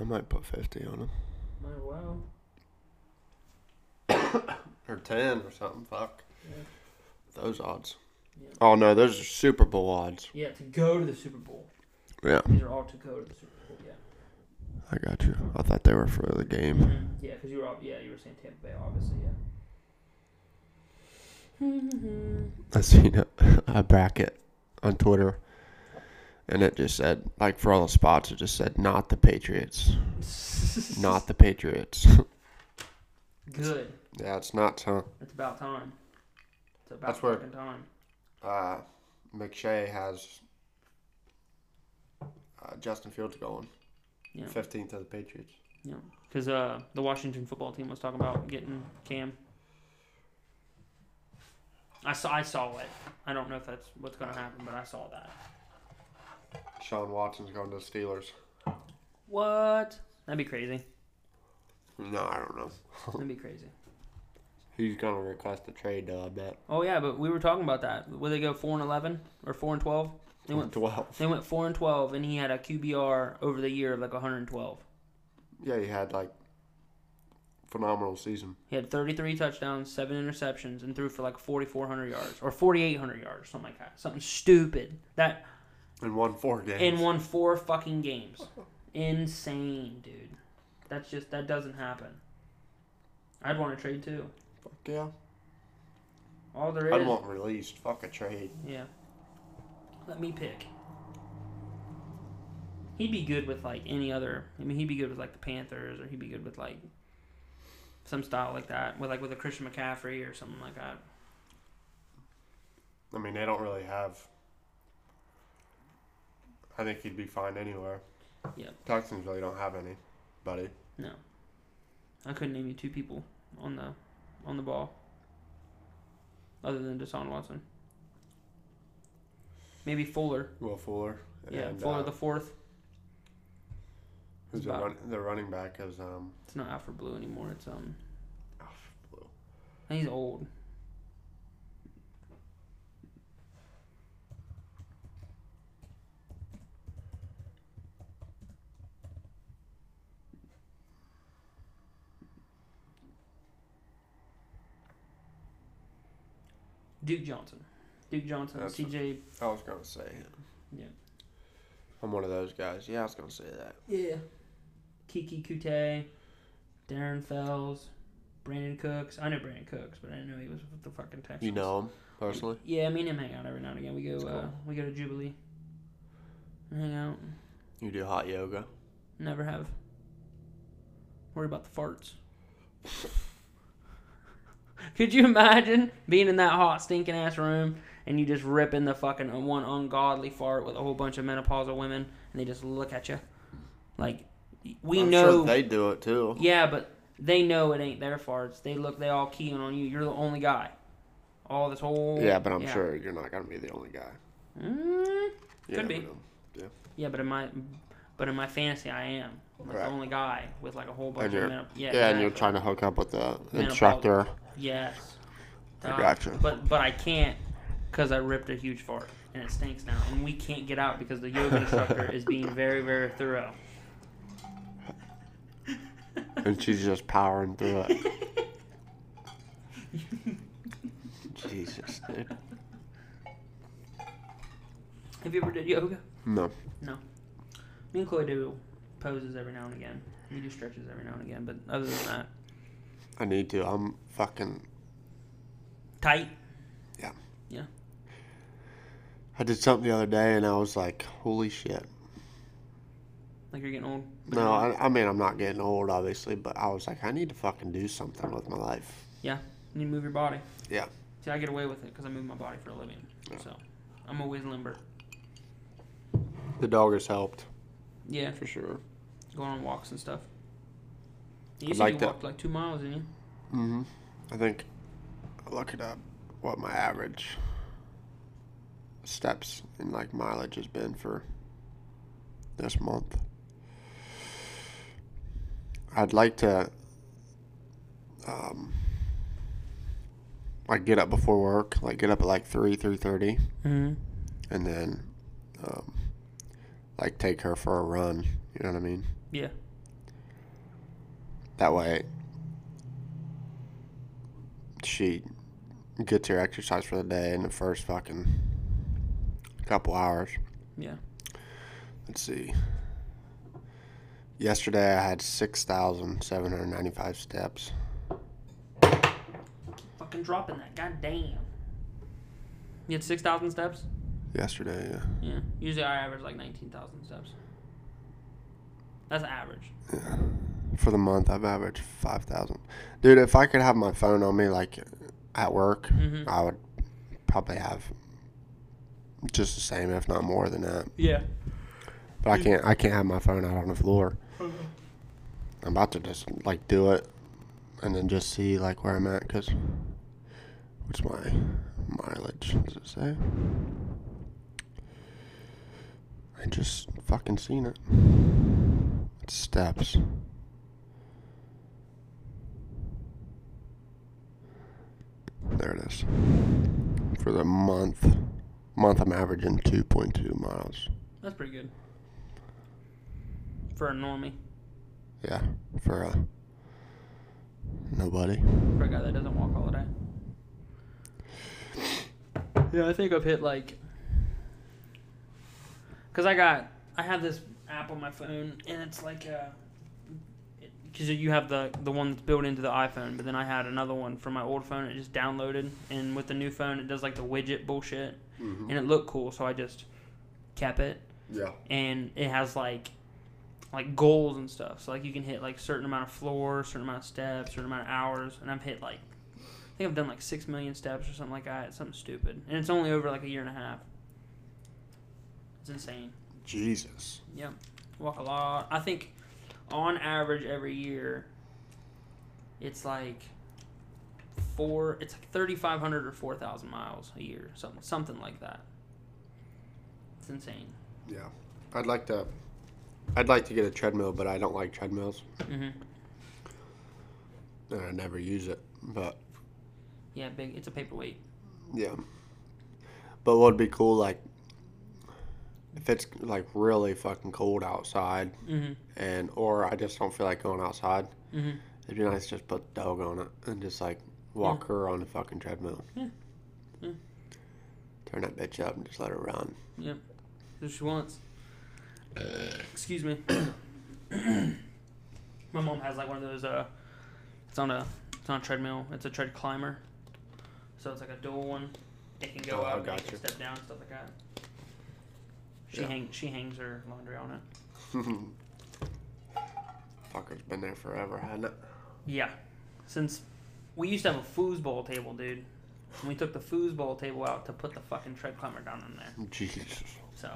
I might put fifty on them Might as well. or ten or something. Fuck Yeah. those odds. Yeah. Oh no, those are Super Bowl odds. yeah, to go to the Super Bowl. Yeah, These are all to go to the Super Bowl. Yeah. I got you. I thought they were for the game. Mhm. Yeah, because you were all, yeah you were saying Tampa Bay, obviously. Yeah. I seen a, a bracket on Twitter, and it just said like for all the spots, it just said not the Patriots, not the Patriots. good. yeah, it's not huh? It's about time. It's about That's where- fucking time. uh, McShay has uh, Justin Fields going. Yeah. 15th to the Patriots. Yeah, because uh, the Washington football team was talking about getting Cam. I saw I saw it. I don't know if that's what's gonna happen, but I saw that. Sean Watson's going to the Steelers. What? That'd be crazy. No, I don't know. That'd be crazy. He's going to request a trade, though, I bet. Oh yeah, but we were talking about that. Would they go four and eleven or four and twelve? They went 12. They went four and twelve, and he had a QBR over the year of like 112. Yeah, he had, like, phenomenal season. He had 33 touchdowns, seven interceptions, and threw for like 4,400 yards or 4,800 yards, something like that. Something stupid. That And won four games. and won four fucking games. Insane, dude. That's just that doesn't happen. I'd want to trade too. Fuck yeah. All there I is. want released. Fuck a trade. Yeah. Let me pick. He'd be good with like any other. I mean, he'd be good with like the Panthers, or he'd be good with like some style like that, with like with a Christian McCaffrey or something like that. I mean, they don't really have. I think he'd be fine anywhere. Yeah. Texans really don't have anybody. No, I couldn't name you two people on the on the ball other than Deshaun Watson. Maybe Fuller. Will Fuller. Yeah, and, Fuller uh, the fourth. Who's the, Bob. run, the running back is um It's not Alfred Blue anymore. It's um, oh, Blue. he's old. Duke Johnson. Duke Johnson, That's a- CJ. I was gonna say him. Yeah. I'm one of those guys. Yeah, I was gonna say that. yeah. Kiki Kute, Darren Fells, Brandon Cooks. I know Brandon Cooks, but I didn't know he was with the fucking Texans. You know him personally? Yeah, me and him hang out every now and again. We go That's uh, cool. we go to Jubilee. and Hang out. You do hot yoga. Never have. Worry about the farts. Could you imagine being in that hot, stinking ass room and you just ripping the fucking uh, one ungodly fart with a whole bunch of menopausal women and they just look at you? Like, we I'm know. sure they do it too. Yeah, but they know it ain't their farts. They look, they all keying on you. You're the only guy. All this whole. Yeah, but I'm sure you're not gonna be the only guy. Mm, You Could never be. know. Yeah, but in my but in my fantasy, I am I'm like Right. the only guy with like a whole bunch And of you're, men. yeah, Yeah, and you're exactly. trying to hook up with the Menopausal. instructor. Yes. I gotcha. But but I can't because I ripped a huge fart. and it stinks now, and we can't get out because the yoga instructor is being very, very thorough. and she's just powering through it. Jesus, dude. Have you ever did yoga? No. Me and Chloe do poses every now and again. We do stretches every now and again, but other than that, I need to. I'm fucking. tight. I did something the other day and I was like, holy shit. Like you're getting old. but No, you're- I, I mean, I'm not getting old, obviously, but I was like, I need to fucking do something with my life. You need to move your body. Yeah. See, I get away with it because I move my body for a living. Yeah. So I'm always limber. The dog has helped. Yeah, For sure. going on walks and stuff. You used like to that. do walked like two miles, didn't you? hmm I think, I'll look it up, what my average steps and like mileage has been for this month. I'd like to, um, like get up before work, like get up at like three, three thirty, Mm-hmm. and then, um, like take her for a run. You know what I mean? Yeah. That way, she gets her exercise for the day in the first fucking couple hours. Yeah. Let's see. Yesterday, I had 6,795 steps. Fucking dropping that. God damn. You had 6,000 steps? Yesterday, yeah. Yeah. Usually I average like 19,000 steps. That's average. For the month, I've averaged 5,000. Dude, if I could have my phone on me, like at work, Mhm. I would probably have just the same, if not more than that. Yeah. But I can't. I can't have my phone out on the floor. I'm about to just like do it, and then just see like where I'm at. Cause what's my mileage? Does it say? I just fucking seen it. It's steps. There it is. For the month, month I'm averaging 2.2 miles. That's pretty good. For a normie. Yeah, for uh, nobody. For a guy that doesn't walk all the day. Yeah, I think I've hit like. Cause I got I have this app on my phone and it's like uh, cause you have the the one that's built into the iPhone, but then I had another one from my old phone. It just downloaded, and with the new phone, it does like the widget bullshit, and it looked cool, so I just kept it Mm-hmm. Yeah. and it has like like goals and stuff. So like you can hit like certain amount of floors, certain amount of steps, certain amount of hours, and I've hit like I think I've done like six million steps or something like that. It's something stupid, and it's only over like a year and a half. It's insane. Jesus. Yeah, walk a lot. I think on average every year, it's like four. It's like thirty five hundred or four thousand miles a year, something something like that. It's insane. Yeah. I'd like to. I'd like to get a treadmill, but I don't like treadmills, hmm and I never use it. But Yeah, big. It's a paperweight. yeah. But what would be cool, like, if it's like really fucking cold outside, Mm-hmm. and or I just don't feel like going outside, Mm-hmm. it'd be nice to just put the dog on it and just like walk her on the fucking treadmill. Yeah. Yeah. Turn that bitch up and just let her run. That's what she wants. Uh. Excuse me. My mom has like one of those. Uh, it's on a it's on a treadmill. It's a tread climber. So it's like a dual one. It can go Oh, I up and it gotcha. can step down and stuff like that. She Yeah. hang she hangs her laundry on it. Fucker's been there forever, hasn't it? Yeah. Since we used to have a foosball table, dude. And we took the foosball table out to put the fucking tread climber down on there. Jesus. So,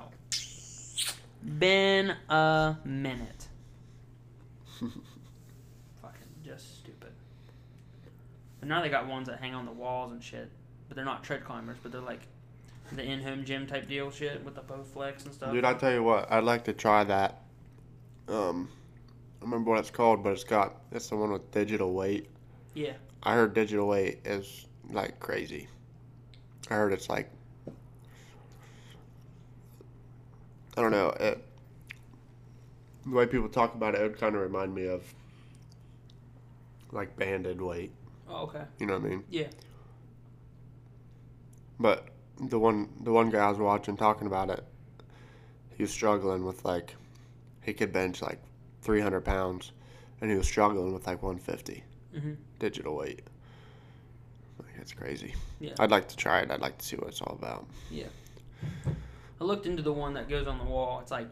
been a minute. Fucking just stupid. And now they got ones that hang on the walls and shit, but they're not tread climbers, but they're like the in-home gym type deal shit with the Bowflex and stuff. Dude, I tell you what, I'd like to try that. Um, I remember what it's called, but it's got it's the one with digital weight. yeah, I heard digital weight is like crazy. I heard it's like I don't know. It, the way people talk about it, it would kind of remind me of like banded weight. Oh, okay. You know what I mean? Yeah. But the one the one guy I was watching talking about it, he was struggling with like he could bench like 300 pounds, and he was struggling with like 150 Mm-hmm. digital weight. Like, that's crazy. Yeah. I'd like to try it. I'd like to see what it's all about. I looked into the one that goes on the wall. It's like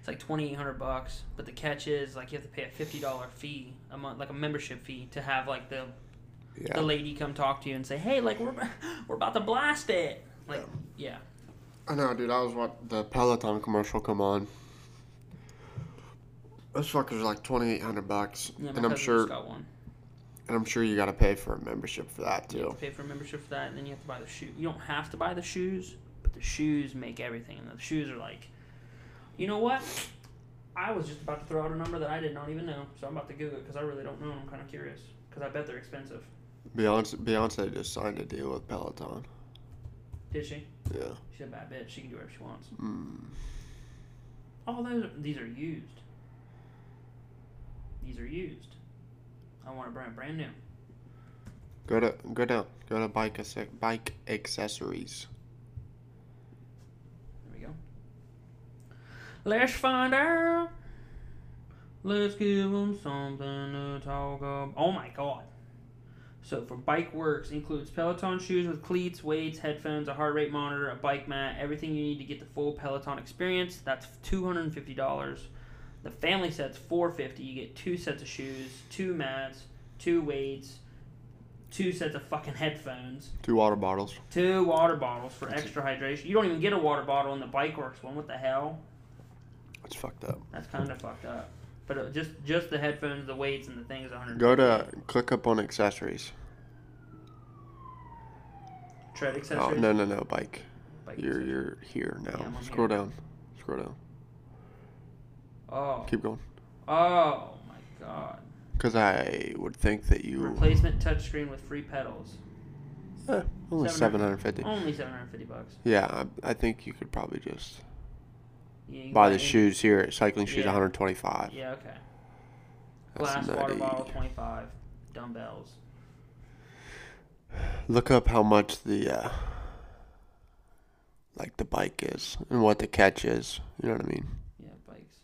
it's like twenty eight hundred bucks, but the catch is like you have to pay a fifty dollar fee a month, like a membership fee, to have like the the Yeah, lady come talk to you and say, "Hey, like we're we're about to blast it." Like, yeah, I know, dude. I was watching the Peloton commercial come on. Those fuckers are like 2,800 bucks, yeah. my and I'm cousin sure, just got one. and I'm sure you got to pay for a membership for that You have to too. pay for a membership for that, and then you have to buy the shoe. You don't have to buy the shoes, but the shoes make everything, and the shoes are like, you know what? I was just about to throw out a number that I did not even know, so I'm about to Google it because I really don't know. and I'm kind of curious because I bet they're expensive. Beyonce, Beyonce just signed a deal with Peloton. Did she? Yeah. She's a bad bitch. She can do whatever she wants. Mm. All those these are used. These are used. I want a brand brand new. Go to go down. Go to bike acce- bike accessories. There we go. Let's find out. Let's give them something to talk about. Oh my god. So for Bike Works includes Peloton shoes with cleats, weights, headphones, a heart rate monitor, a bike mat, everything you need to get the full Peloton experience. That's two hundred and fifty dollars. The family set's four fifty. You get two sets of shoes, two mats, two weights, two sets of fucking headphones, Two water bottles. Two water bottles for extra hydration. You don't even get a water bottle in the Bike Works one. What the hell? It's fucked up. That's kind Hmm. of fucked up. But uh, just just the headphones, the weights, and the things. 100 Go to click up on accessories. tread Oh accessories. no no no bike. Bike You're accessories. you're here now. Yeah, I'm on Scroll here. down. Scroll down. Oh. Keep going. Oh my god. Cause I would think that you Replacement touchscreen with free pedals. eh, only seven Seven hundred fifty. Only 750 bucks. Yeah, I, I think you could probably just Yeah, you buy got the in- shoes here. at Cycling shoes, Yeah. one hundred twenty-five. Yeah, okay. That's Glass water nutty. bottle 25. Dumbbells. Look up how much the uh, like the bike is and what the catch is. You know what I mean? Yeah, bikes.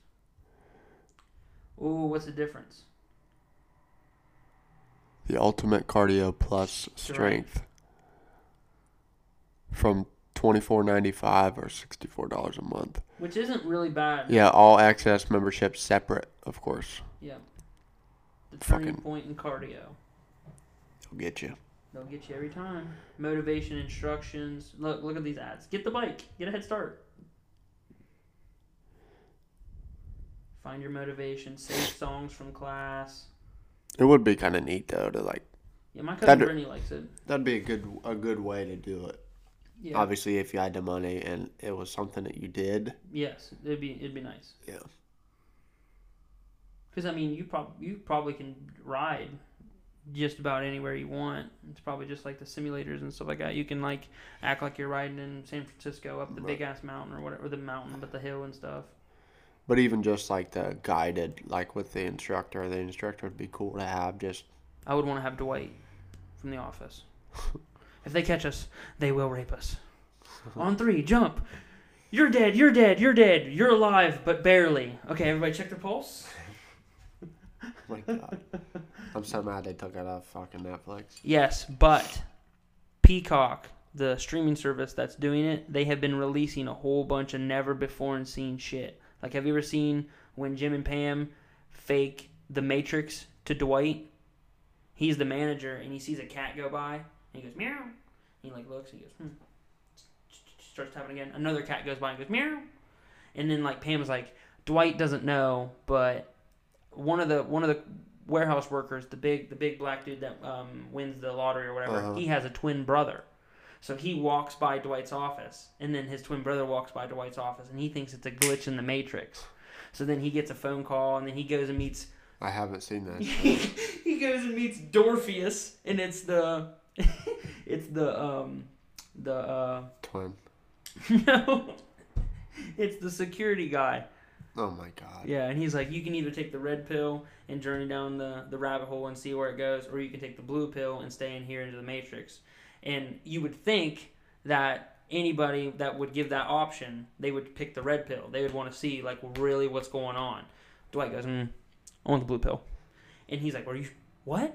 Ooh, what's the difference? The Ultimate Cardio Plus Strength from twenty four ninety five or sixty four dollars a month. Which isn't really bad. Yeah, all access membership separate, of course. Yeah. The turning Fucking- point in cardio. They'll get you. They'll get you every time. Motivation instructions. Look, look at these ads. Get the bike. Get a head start. Find your motivation. Save songs from class. It would be kind of neat though to like. Yeah, my cousin That'd- Brittany likes it. That'd be a good a good way to do it. Yeah. Obviously, if you had the money and it was something that you did. Yes, it'd be it'd be nice. Yeah. Because I mean, you prob- you probably can ride just about anywhere you want. It's probably just like the simulators and stuff like that. You can like act like you're riding in San Francisco up the Right. big ass mountain or whatever, or the mountain but the hill and stuff. But even just like the guided, like with the instructor, the instructor would be cool to have. Just I would want to have Dwight from The Office. if they catch us, they will rape us. On three, jump. You're dead. You're dead. You're dead. You're alive, but barely. Okay, everybody, check their pulse. oh my God, I'm so mad they took it off fucking Netflix. Yes, but Peacock, the streaming service that's doing it, they have been releasing a whole bunch of never before and seen shit. Like, have you ever seen when Jim and Pam fake the Matrix to Dwight? He's the manager, and he sees a cat go by, and he goes meow. And he like looks, and he goes, hmm. starts tapping again. Another cat goes by and goes meow, and then like Pam is like, Dwight doesn't know, but one of the one of the warehouse workers, the big the big black dude that um, wins the lottery or whatever, Uh-huh. he has a twin brother. So he walks by Dwight's office, and then his twin brother walks by Dwight's office, and he thinks it's a glitch in the Matrix. So then he gets a phone call, and then he goes and meets I haven't seen that. he goes and meets Dorpheus, and it's the it's the um the uh Twin. no it's the security guy. Oh my god. Yeah, and he's like, you can either take the red pill and journey down the, the rabbit hole and see where it goes, or you can take the blue pill and stay in here into the matrix. And you would think that anybody that would give that option, they would pick the red pill. They would want to see like really what's going on. Dwight goes, mm, I want the blue pill. And he's like, Are you what?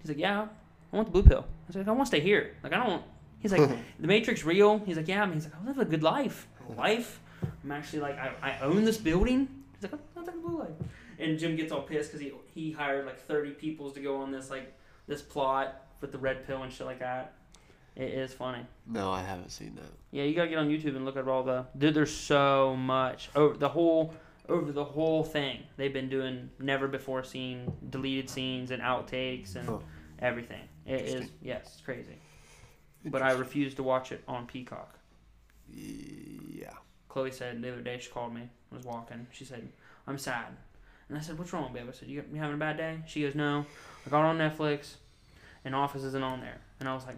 He's like, Yeah, I want the blue pill. I was like, I want to stay here. Like I don't want he's like, The Matrix real? He's like, Yeah, I mean he's like, I live a good life. Life. I'm actually like I, I own this building. He's like, I'm not the blue light. And Jim gets all pissed because he he hired like 30 peoples to go on this like this plot with the red pill and shit like that. It is funny. No, I haven't seen that. Yeah, you gotta get on YouTube and look at all the dude. There's so much over the whole over the whole thing. They've been doing never before seen deleted scenes and outtakes and Huh. everything. It is Interesting. yes, it's crazy. But I refuse to watch it on Peacock. Yeah. Chloe said the other day she called me. I was walking. She said, "I'm sad," and I said, "What's wrong, babe?" I said, "You you having a bad day?" She goes, "No, I got on Netflix, and Office isn't on there." And I was like,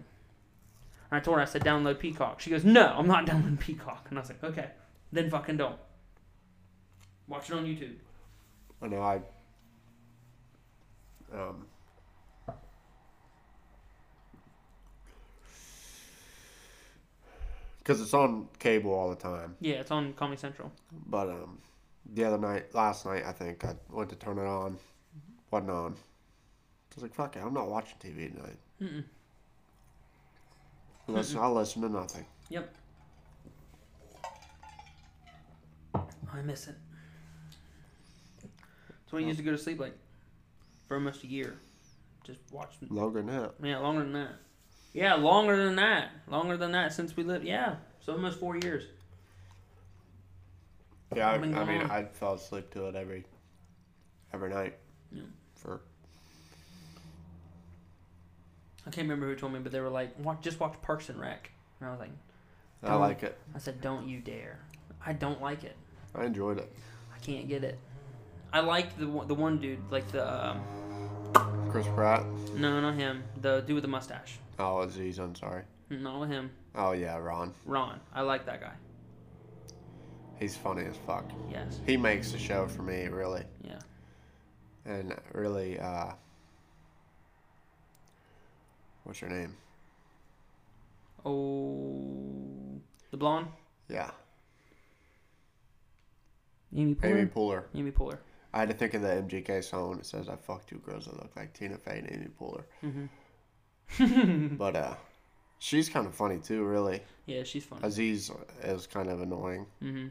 "I told her I said download Peacock." She goes, "No, I'm not downloading Peacock." And I was like, "Okay, then fucking don't." Watch it on YouTube. I know I um because it's on cable all the time. Yeah, it's on Comedy Central. But um, the other night, last night, I think I went to turn it on, wasn't on. I was like, "Fuck it, I'm not watching TV tonight." Mm-mm. Listen, I'll listen to nothing. Yep. I miss it. It's what I used to go to sleep like for almost a year. Just watch. Longer than that. Yeah, longer than that. Yeah, longer than that. Longer than that since we lived. Yeah, so almost four years. Yeah, I, I've been I mean, gone. I fell asleep to it every every night Yeah. for I can't remember who told me, but they were like, watch, just watch Parks and Rec. And I was like, I Don't- like it. I said, don't you dare. I don't like it. I enjoyed it. I can't get it. I liked the one- the one dude, like the um, Chris Pratt. no, not him, the dude with the mustache. Oh, Aziz Ansari. Not with him, Oh yeah, Ron. Ron. I like that guy. He's funny as fuck. Yes. He makes the show for me, really, Yeah. and really. uh What's her name? Oh, the blonde, Yeah, Amy Amy Poehler. Poehler. Amy Poehler. I had to think of the MGK song that says, "I fucked two girls that look like Tina Fey and Amy Poehler." but uh, she's kind of funny too, really. Mm-hmm. Yeah, she's funny. Aziz is kind of annoying. Mm-hmm.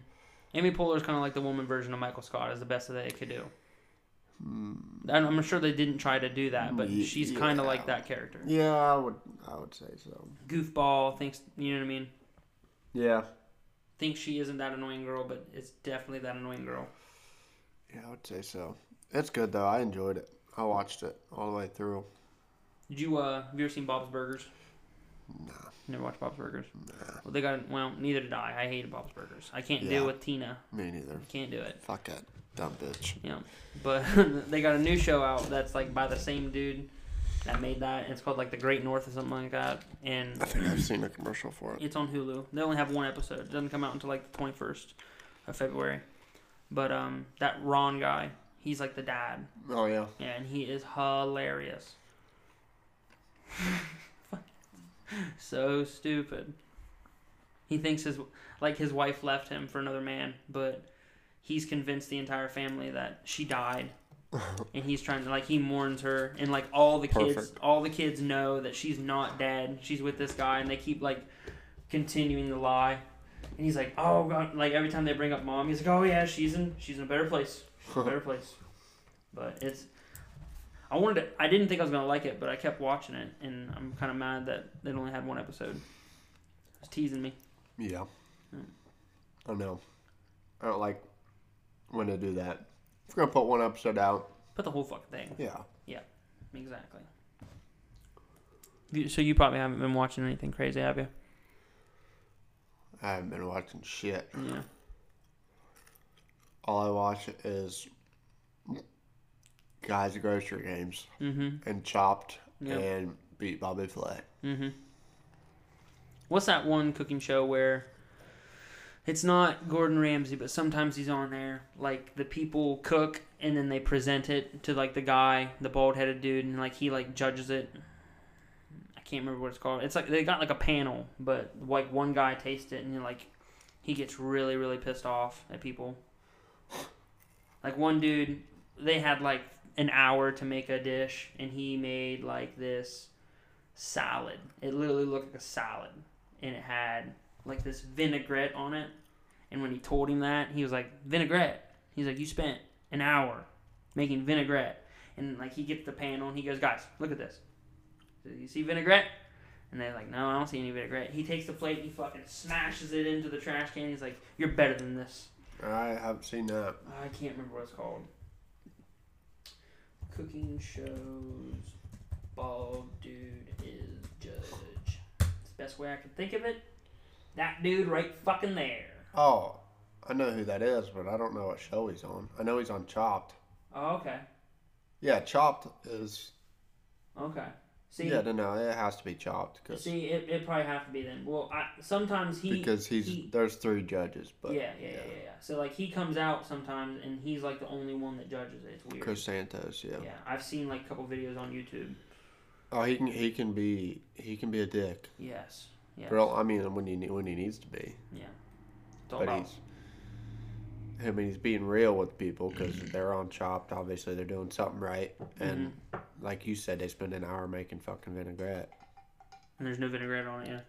Amy Poehler's kind of like the woman version of Michael Scott, is the best that they could do. Hmm. And I'm sure they didn't try to do that, but Ye- she's kind of yeah. like that character. Yeah, I would, I would say so. Goofball thinks, you know what I mean? Yeah, Thinks she isn't that annoying girl, but it's definitely that annoying girl. yeah, I would say so. It's good though. I enjoyed it. I watched it all the way through. Did you uh have you ever seen Bob's Burgers? Nah, Never watched Bob's Burgers. Well, they got well. Neither did I. I hated Bob's Burgers. I can't Yeah. deal with Tina. me neither. Can't do it. Fuck that dumb bitch. Yeah, but they got a new show out that's like by the same dude that made that. It's called like The Great North or something like that, and I think I've seen a commercial for it. it's on Hulu. They only have one episode. It doesn't come out until like the twenty first of February. But um, that Ron guy, he's like the dad, Oh yeah, yeah, and he is hilarious. so stupid. He thinks his like his wife left him for another man, but he's convinced the entire family that she died. and he's trying to like he mourns her and like all the kids Perfect. all the kids know that she's not dead. She's with this guy and they keep like continuing the lie. And he's like, "Oh god, like every time they bring up mom, he's like, "Oh yeah, she's in she's in a better place." a better place. But it's. I wanted. To, I didn't think I was gonna like it, but I kept watching it, and I'm kind of mad that they only had one episode. It's teasing me. yeah. Hmm. I know. I don't like when they do that. If we're gonna put one episode out, Put the whole fucking thing. yeah. Exactly. You- So you probably haven't been watching anything crazy, have you? I haven't been watching shit. Yeah. All I watch is guys grocery games Mm-hmm. and chopped Yeah. and beat Bobby Flay. Mm-hmm. What's that one cooking show where It's not Gordon Ramsay, but sometimes he's on there. Like the people cook and then they present it to like the guy, the bald headed dude, and like he like judges it. I can't remember what it's called. It's like they got like a panel, but like one guy tastes it and you're like he gets really, really pissed off at people. Like one dude, they had like an hour to make a dish and he made like this salad. It literally looked like a salad and it had like this vinaigrette on it. And when he told him that, he was like, Vinaigrette. He's like, You spent an hour making vinaigrette. And like he gets the panel and he goes, Guys, look at this. He's like, You see vinaigrette? And they're like, No, I don't see any vinaigrette. He takes the plate, he fucking smashes it into the trash can. He's like, You're better than this. I haven't seen that. I can't remember what it's called. Cooking shows bald dude is judge. It's the best way I can think of it. That dude right fucking there. Oh, I know who that is, but I don't know what show he's on. I know he's on Chopped. Oh, okay. Yeah, Chopped is. Okay. See, yeah, no, no, it has to be Chopped cause, see, it it probably have to be then. Well, I, sometimes he because he's he- there's three judges, but yeah, yeah, yeah, yeah, yeah. So like he comes out sometimes, and he's like the only one that judges it. It's weird. Chris Santos, yeah. Yeah, I've seen like a couple videos on YouTube. Oh, he can he can be he can be a dick. Yes. Yeah. Real, I mean, when he ne- when he needs to be, Yeah. It's all but about. he's. I mean, he's being real with people because they're on Chopped. Obviously, they're doing something right, mm-hmm. and like you said, they spend an hour making fucking vinaigrette. And there's no vinaigrette on it. Yeah.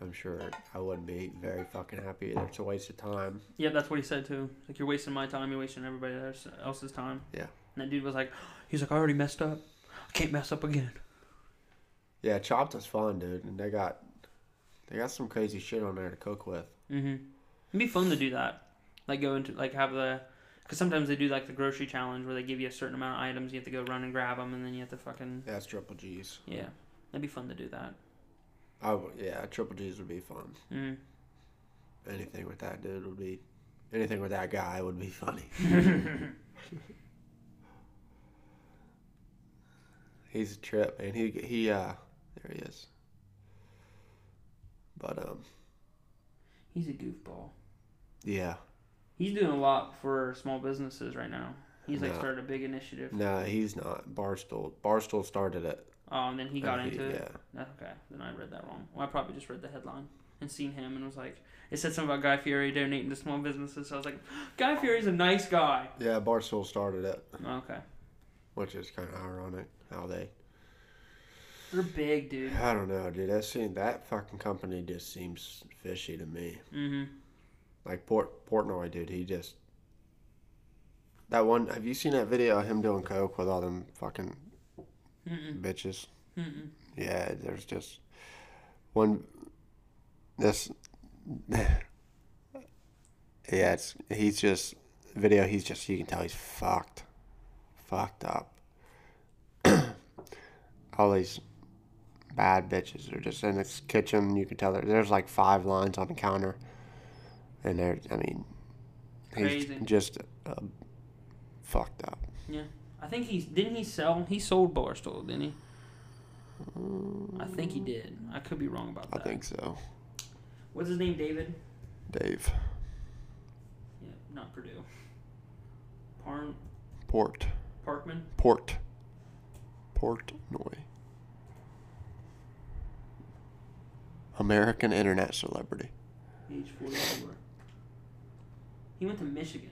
I'm sure I wouldn't be very fucking happy either. It's a waste of time. Yeah, that's what he said too. Like you're wasting my time, you're wasting everybody else- else's time. Yeah. And that dude was like, he's like, I already messed up. I can't mess up again. Yeah, Chopped is fun, dude, and they got they got some crazy shit on there to cook with. Mhm. It'd be fun to do that. Like go into like have the, because sometimes they do like the grocery challenge where they give you a certain amount of items, you have to go run and grab them, and then you have to fucking That's triple G's. yeah. That'd be fun to do that. I w- yeah, triple G's would be fun. Mm. Anything with that dude would be, anything with that guy would be funny. He's a trip, and he he uh there he is. But um He's a goofball. yeah He's doing a lot for small businesses right now. He's like No. started a big initiative. no he's not Barstool Barstool started it. Oh, and then he got And into it. yeah That's Oh, okay. Then I read that wrong. Well, I probably just read the headline and seen him and was like, it said something about Guy Fieri donating to small businesses. So I was like, Guy Fieri's a nice guy. Oh, yeah Barstool started it, Okay. which is kind of ironic how they They're big, dude. I don't know, dude. That seem that fucking company just seems fishy to me. Mm Like Port Portnoy, dude. He just that one. Have you seen that video of him doing coke with all them fucking hmm. Mm bitches? mm. Mm Yeah, there's just one. This, yeah, it's he's just video. He's just you can tell he's fucked, fucked up. All these bad bitches are just in this kitchen. You can tell there, there's like five lines on the counter, and there. I mean, he's Crazy. just uh, fucked up. Yeah. I think he's. Didn't he sell? He sold Barstool, didn't he? I think he did. I could be wrong about I that. think so, What's his name, David? Dave Yeah, not Purdue. Parn. Port. Parkman? Port. Portnoy. American internet celebrity. Age 44. He went to Michigan.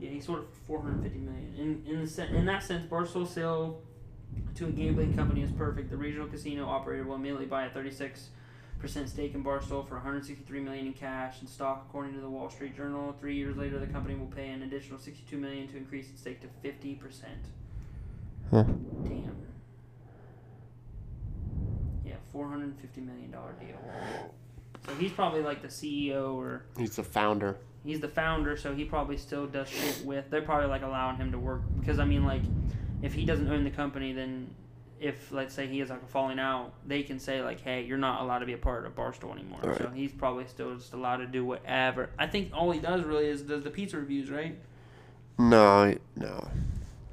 Yeah, he sold it for 450 million. In in, the, sen- in that sense, Barstool sale to a gambling company is perfect. The regional casino operator will immediately buy a 36 percent stake in Barstool for 163 million in cash and stock, according to the Wall Street Journal. Three years later, the company will pay an additional 62 million to increase its stake to 50 percent. Huh. Damn. Yeah, 450 million dollar deal. So he's probably like the CEO or He's the founder. he's the founder, so he probably still does shit with. They're probably like allowing him to work because I mean, like, if he doesn't own the company, then if let's say he has like a falling out, they can say like, "Hey, you're not allowed to be a part of Barstool anymore." So Right. he's probably still just allowed to do whatever. I think all he does really is does the pizza reviews, right? No, no.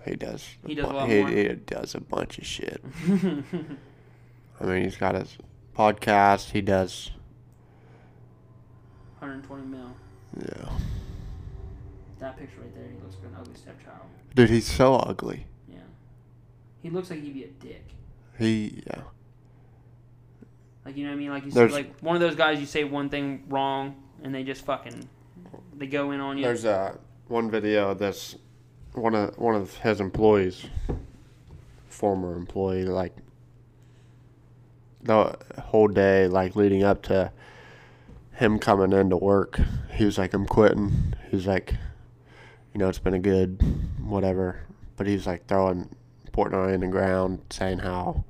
He does. He does a bu- lot he, more. he does a bunch of shit. I mean, he's got his podcast. He does. 120 mil. Yeah, That picture right there, he looks like an ugly stepchild. dude, he's so ugly. Yeah. He looks like he'd be a dick. He yeah. Like you know what I mean? Like you There's- see, like one of those guys you say one thing wrong and they just fucking they go in on you. There's uh, one video that's one of one of his employees, former employee, like the whole day, like leading up to him coming into work, he was like, "I'm quitting." He's like, "You know, it's been a good whatever," but he's like throwing Portnoy in the ground, saying how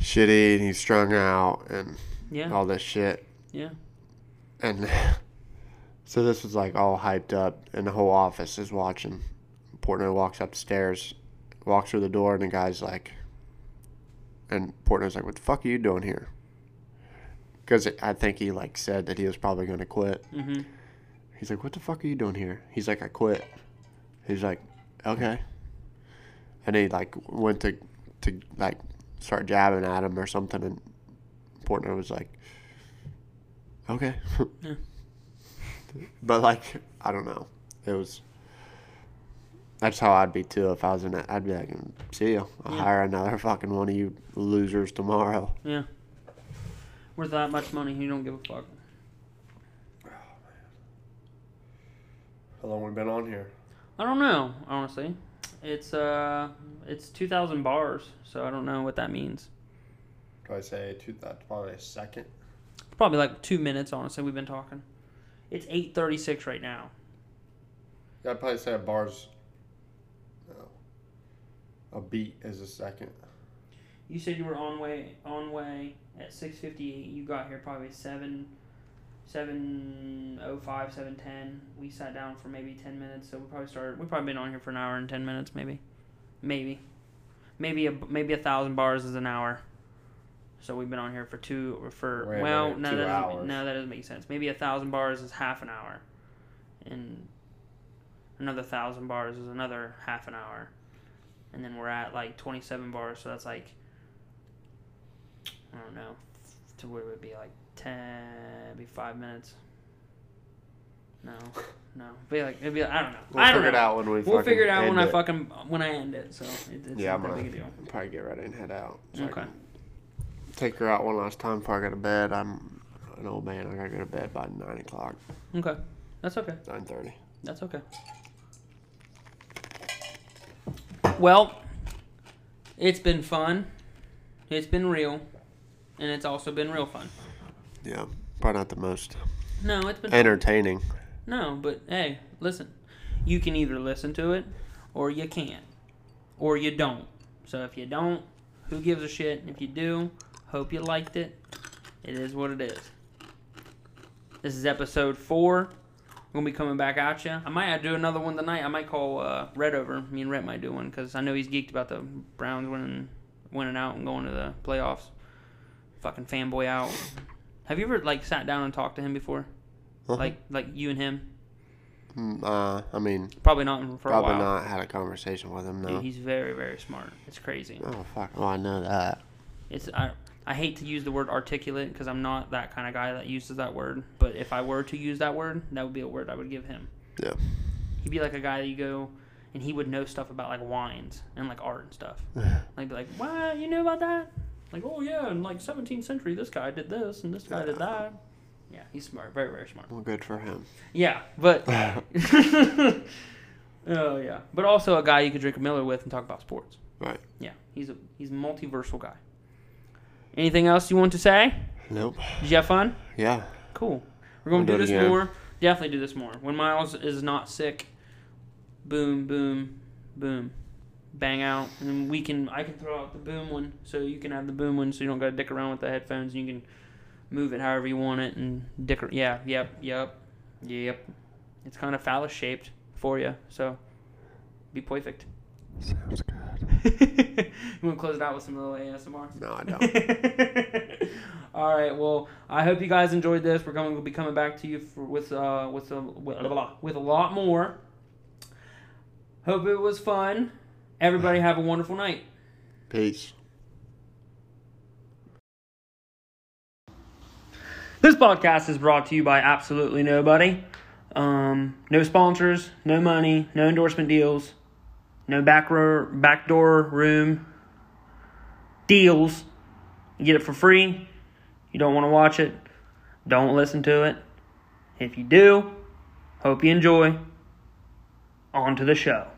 shitty and he's strung out and yeah. all this shit. Yeah. And so this was like all hyped up, and the whole office is watching. Portnoy walks upstairs, walks through the door, and the guy's like, and Portnoy's like, "What the fuck are you doing here?" Because I think he like said that he was probably gonna quit. Mhm. He's like, "What the fuck are you doing here?" He's like, "I quit." He's like, "Okay." And he like went to to like start jabbing at him or something, and Portnoy was like, "Okay." Yeah. But like, I don't know. It was. That's how I'd be too if I was in that. I'd be like, "See you. I'll Yeah. hire another fucking one of you losers tomorrow." Yeah. Worth that much money, you don't give a fuck. How long we been on here? I don't know, honestly. It's uh it's 2000 bars, so I don't know what that means. Do I say two? That's probably a second. Probably like 2 minutes honestly we've been talking. It's 8:36 right now. Yeah, I'd probably say a bar's. A beat is a second. You said you were on way on way at 6:58. You got here probably oh 7 7:05, 7:10. We sat down for maybe 10 minutes, so we probably started we probably been on here for an hour and 10 minutes maybe. Maybe. Maybe a maybe a 1000 bars is an hour. So we've been on here for two or for Wait a well, minute, no two that hours. doesn't, no that doesn't make sense. Maybe a 1000 bars is half an hour. And another 1000 bars is another half an hour. And then we're at like 27 bars, so that's like I don't know, to where it would be like ten, be five minutes. No, no, be like it'd be. I don't know. We'll I don't figure it know. out when we. We'll fucking figure it out end when I fucking when I end it. So it, it's Yeah, yeah, I'm not that gonna big a deal. probably get ready and head out. so I Okay. can Take her out one last time before I go to bed. I'm an old man. I gotta go to bed by nine o'clock, Okay, that's okay. nine thirty. That's okay. Well, it's been fun. It's been real, and it's also been real fun. Yeah, probably not the most No, it's been entertaining. No, but hey, listen. You can either listen to it or you can't. Or you don't. So if you don't, who gives a shit? If you do, hope you liked it. It is what it is. This is episode four. We'll be coming back at you. I might do another one tonight. I might call uh, Red over. Me and Rhett might do one because I know he's geeked about the Browns winning, winning out and going to the playoffs. Fucking fanboy out. Have you ever like sat down and talked to him before? Uh-huh. Like like you and him? Mm, Uh, I mean, Probably not for probably a while. not had a conversation with him. Dude, No. he's very, very smart. It's crazy. Oh fuck! Well, I know that. It's I, I hate to use the word articulate because I'm not that kind of guy that uses that word. But if I were to use that word, that would be a word I would give him. Yeah. He'd be like a guy that you go, and he would know stuff about like wines and like art and stuff. like be like, what you knew about that? Like, oh yeah, in like 17th century, this guy did this and this guy did that. Yeah, he's smart. Very, very smart. Well, good for him. Yeah, but oh yeah, but also a guy you could drink a Miller with and talk about sports. Right. Yeah, he's a he's a multiversal guy. Anything else you want to say? Nope. Did you have fun? Yeah. Cool. We're gonna We'll do do it this again. more. Definitely do this more. When Miles is not sick, boom, boom, boom, bang out, and then we can I can throw out the boom one, so you can have the boom one, so you don't gotta dick around with the headphones. And you can move it however you want it and dick. ar- Yeah, yep, yep, yep. It's kind of phallus shaped for you, so be perfect. Sounds good. you want to close it out with some little ASMR? No, I don't. All right. Well, I hope you guys enjoyed this. We're going. We'll be coming back to you for, with uh with a with a lot with a lot more. Hope it was fun. Everybody have a wonderful night. Peace. This podcast is brought to you by absolutely nobody. Um, no sponsors, no money, no endorsement deals, no back row, backdoor room deals. You get it for free. You don't want to watch it. Don't listen to it. If you do, hope you enjoy. On to the show.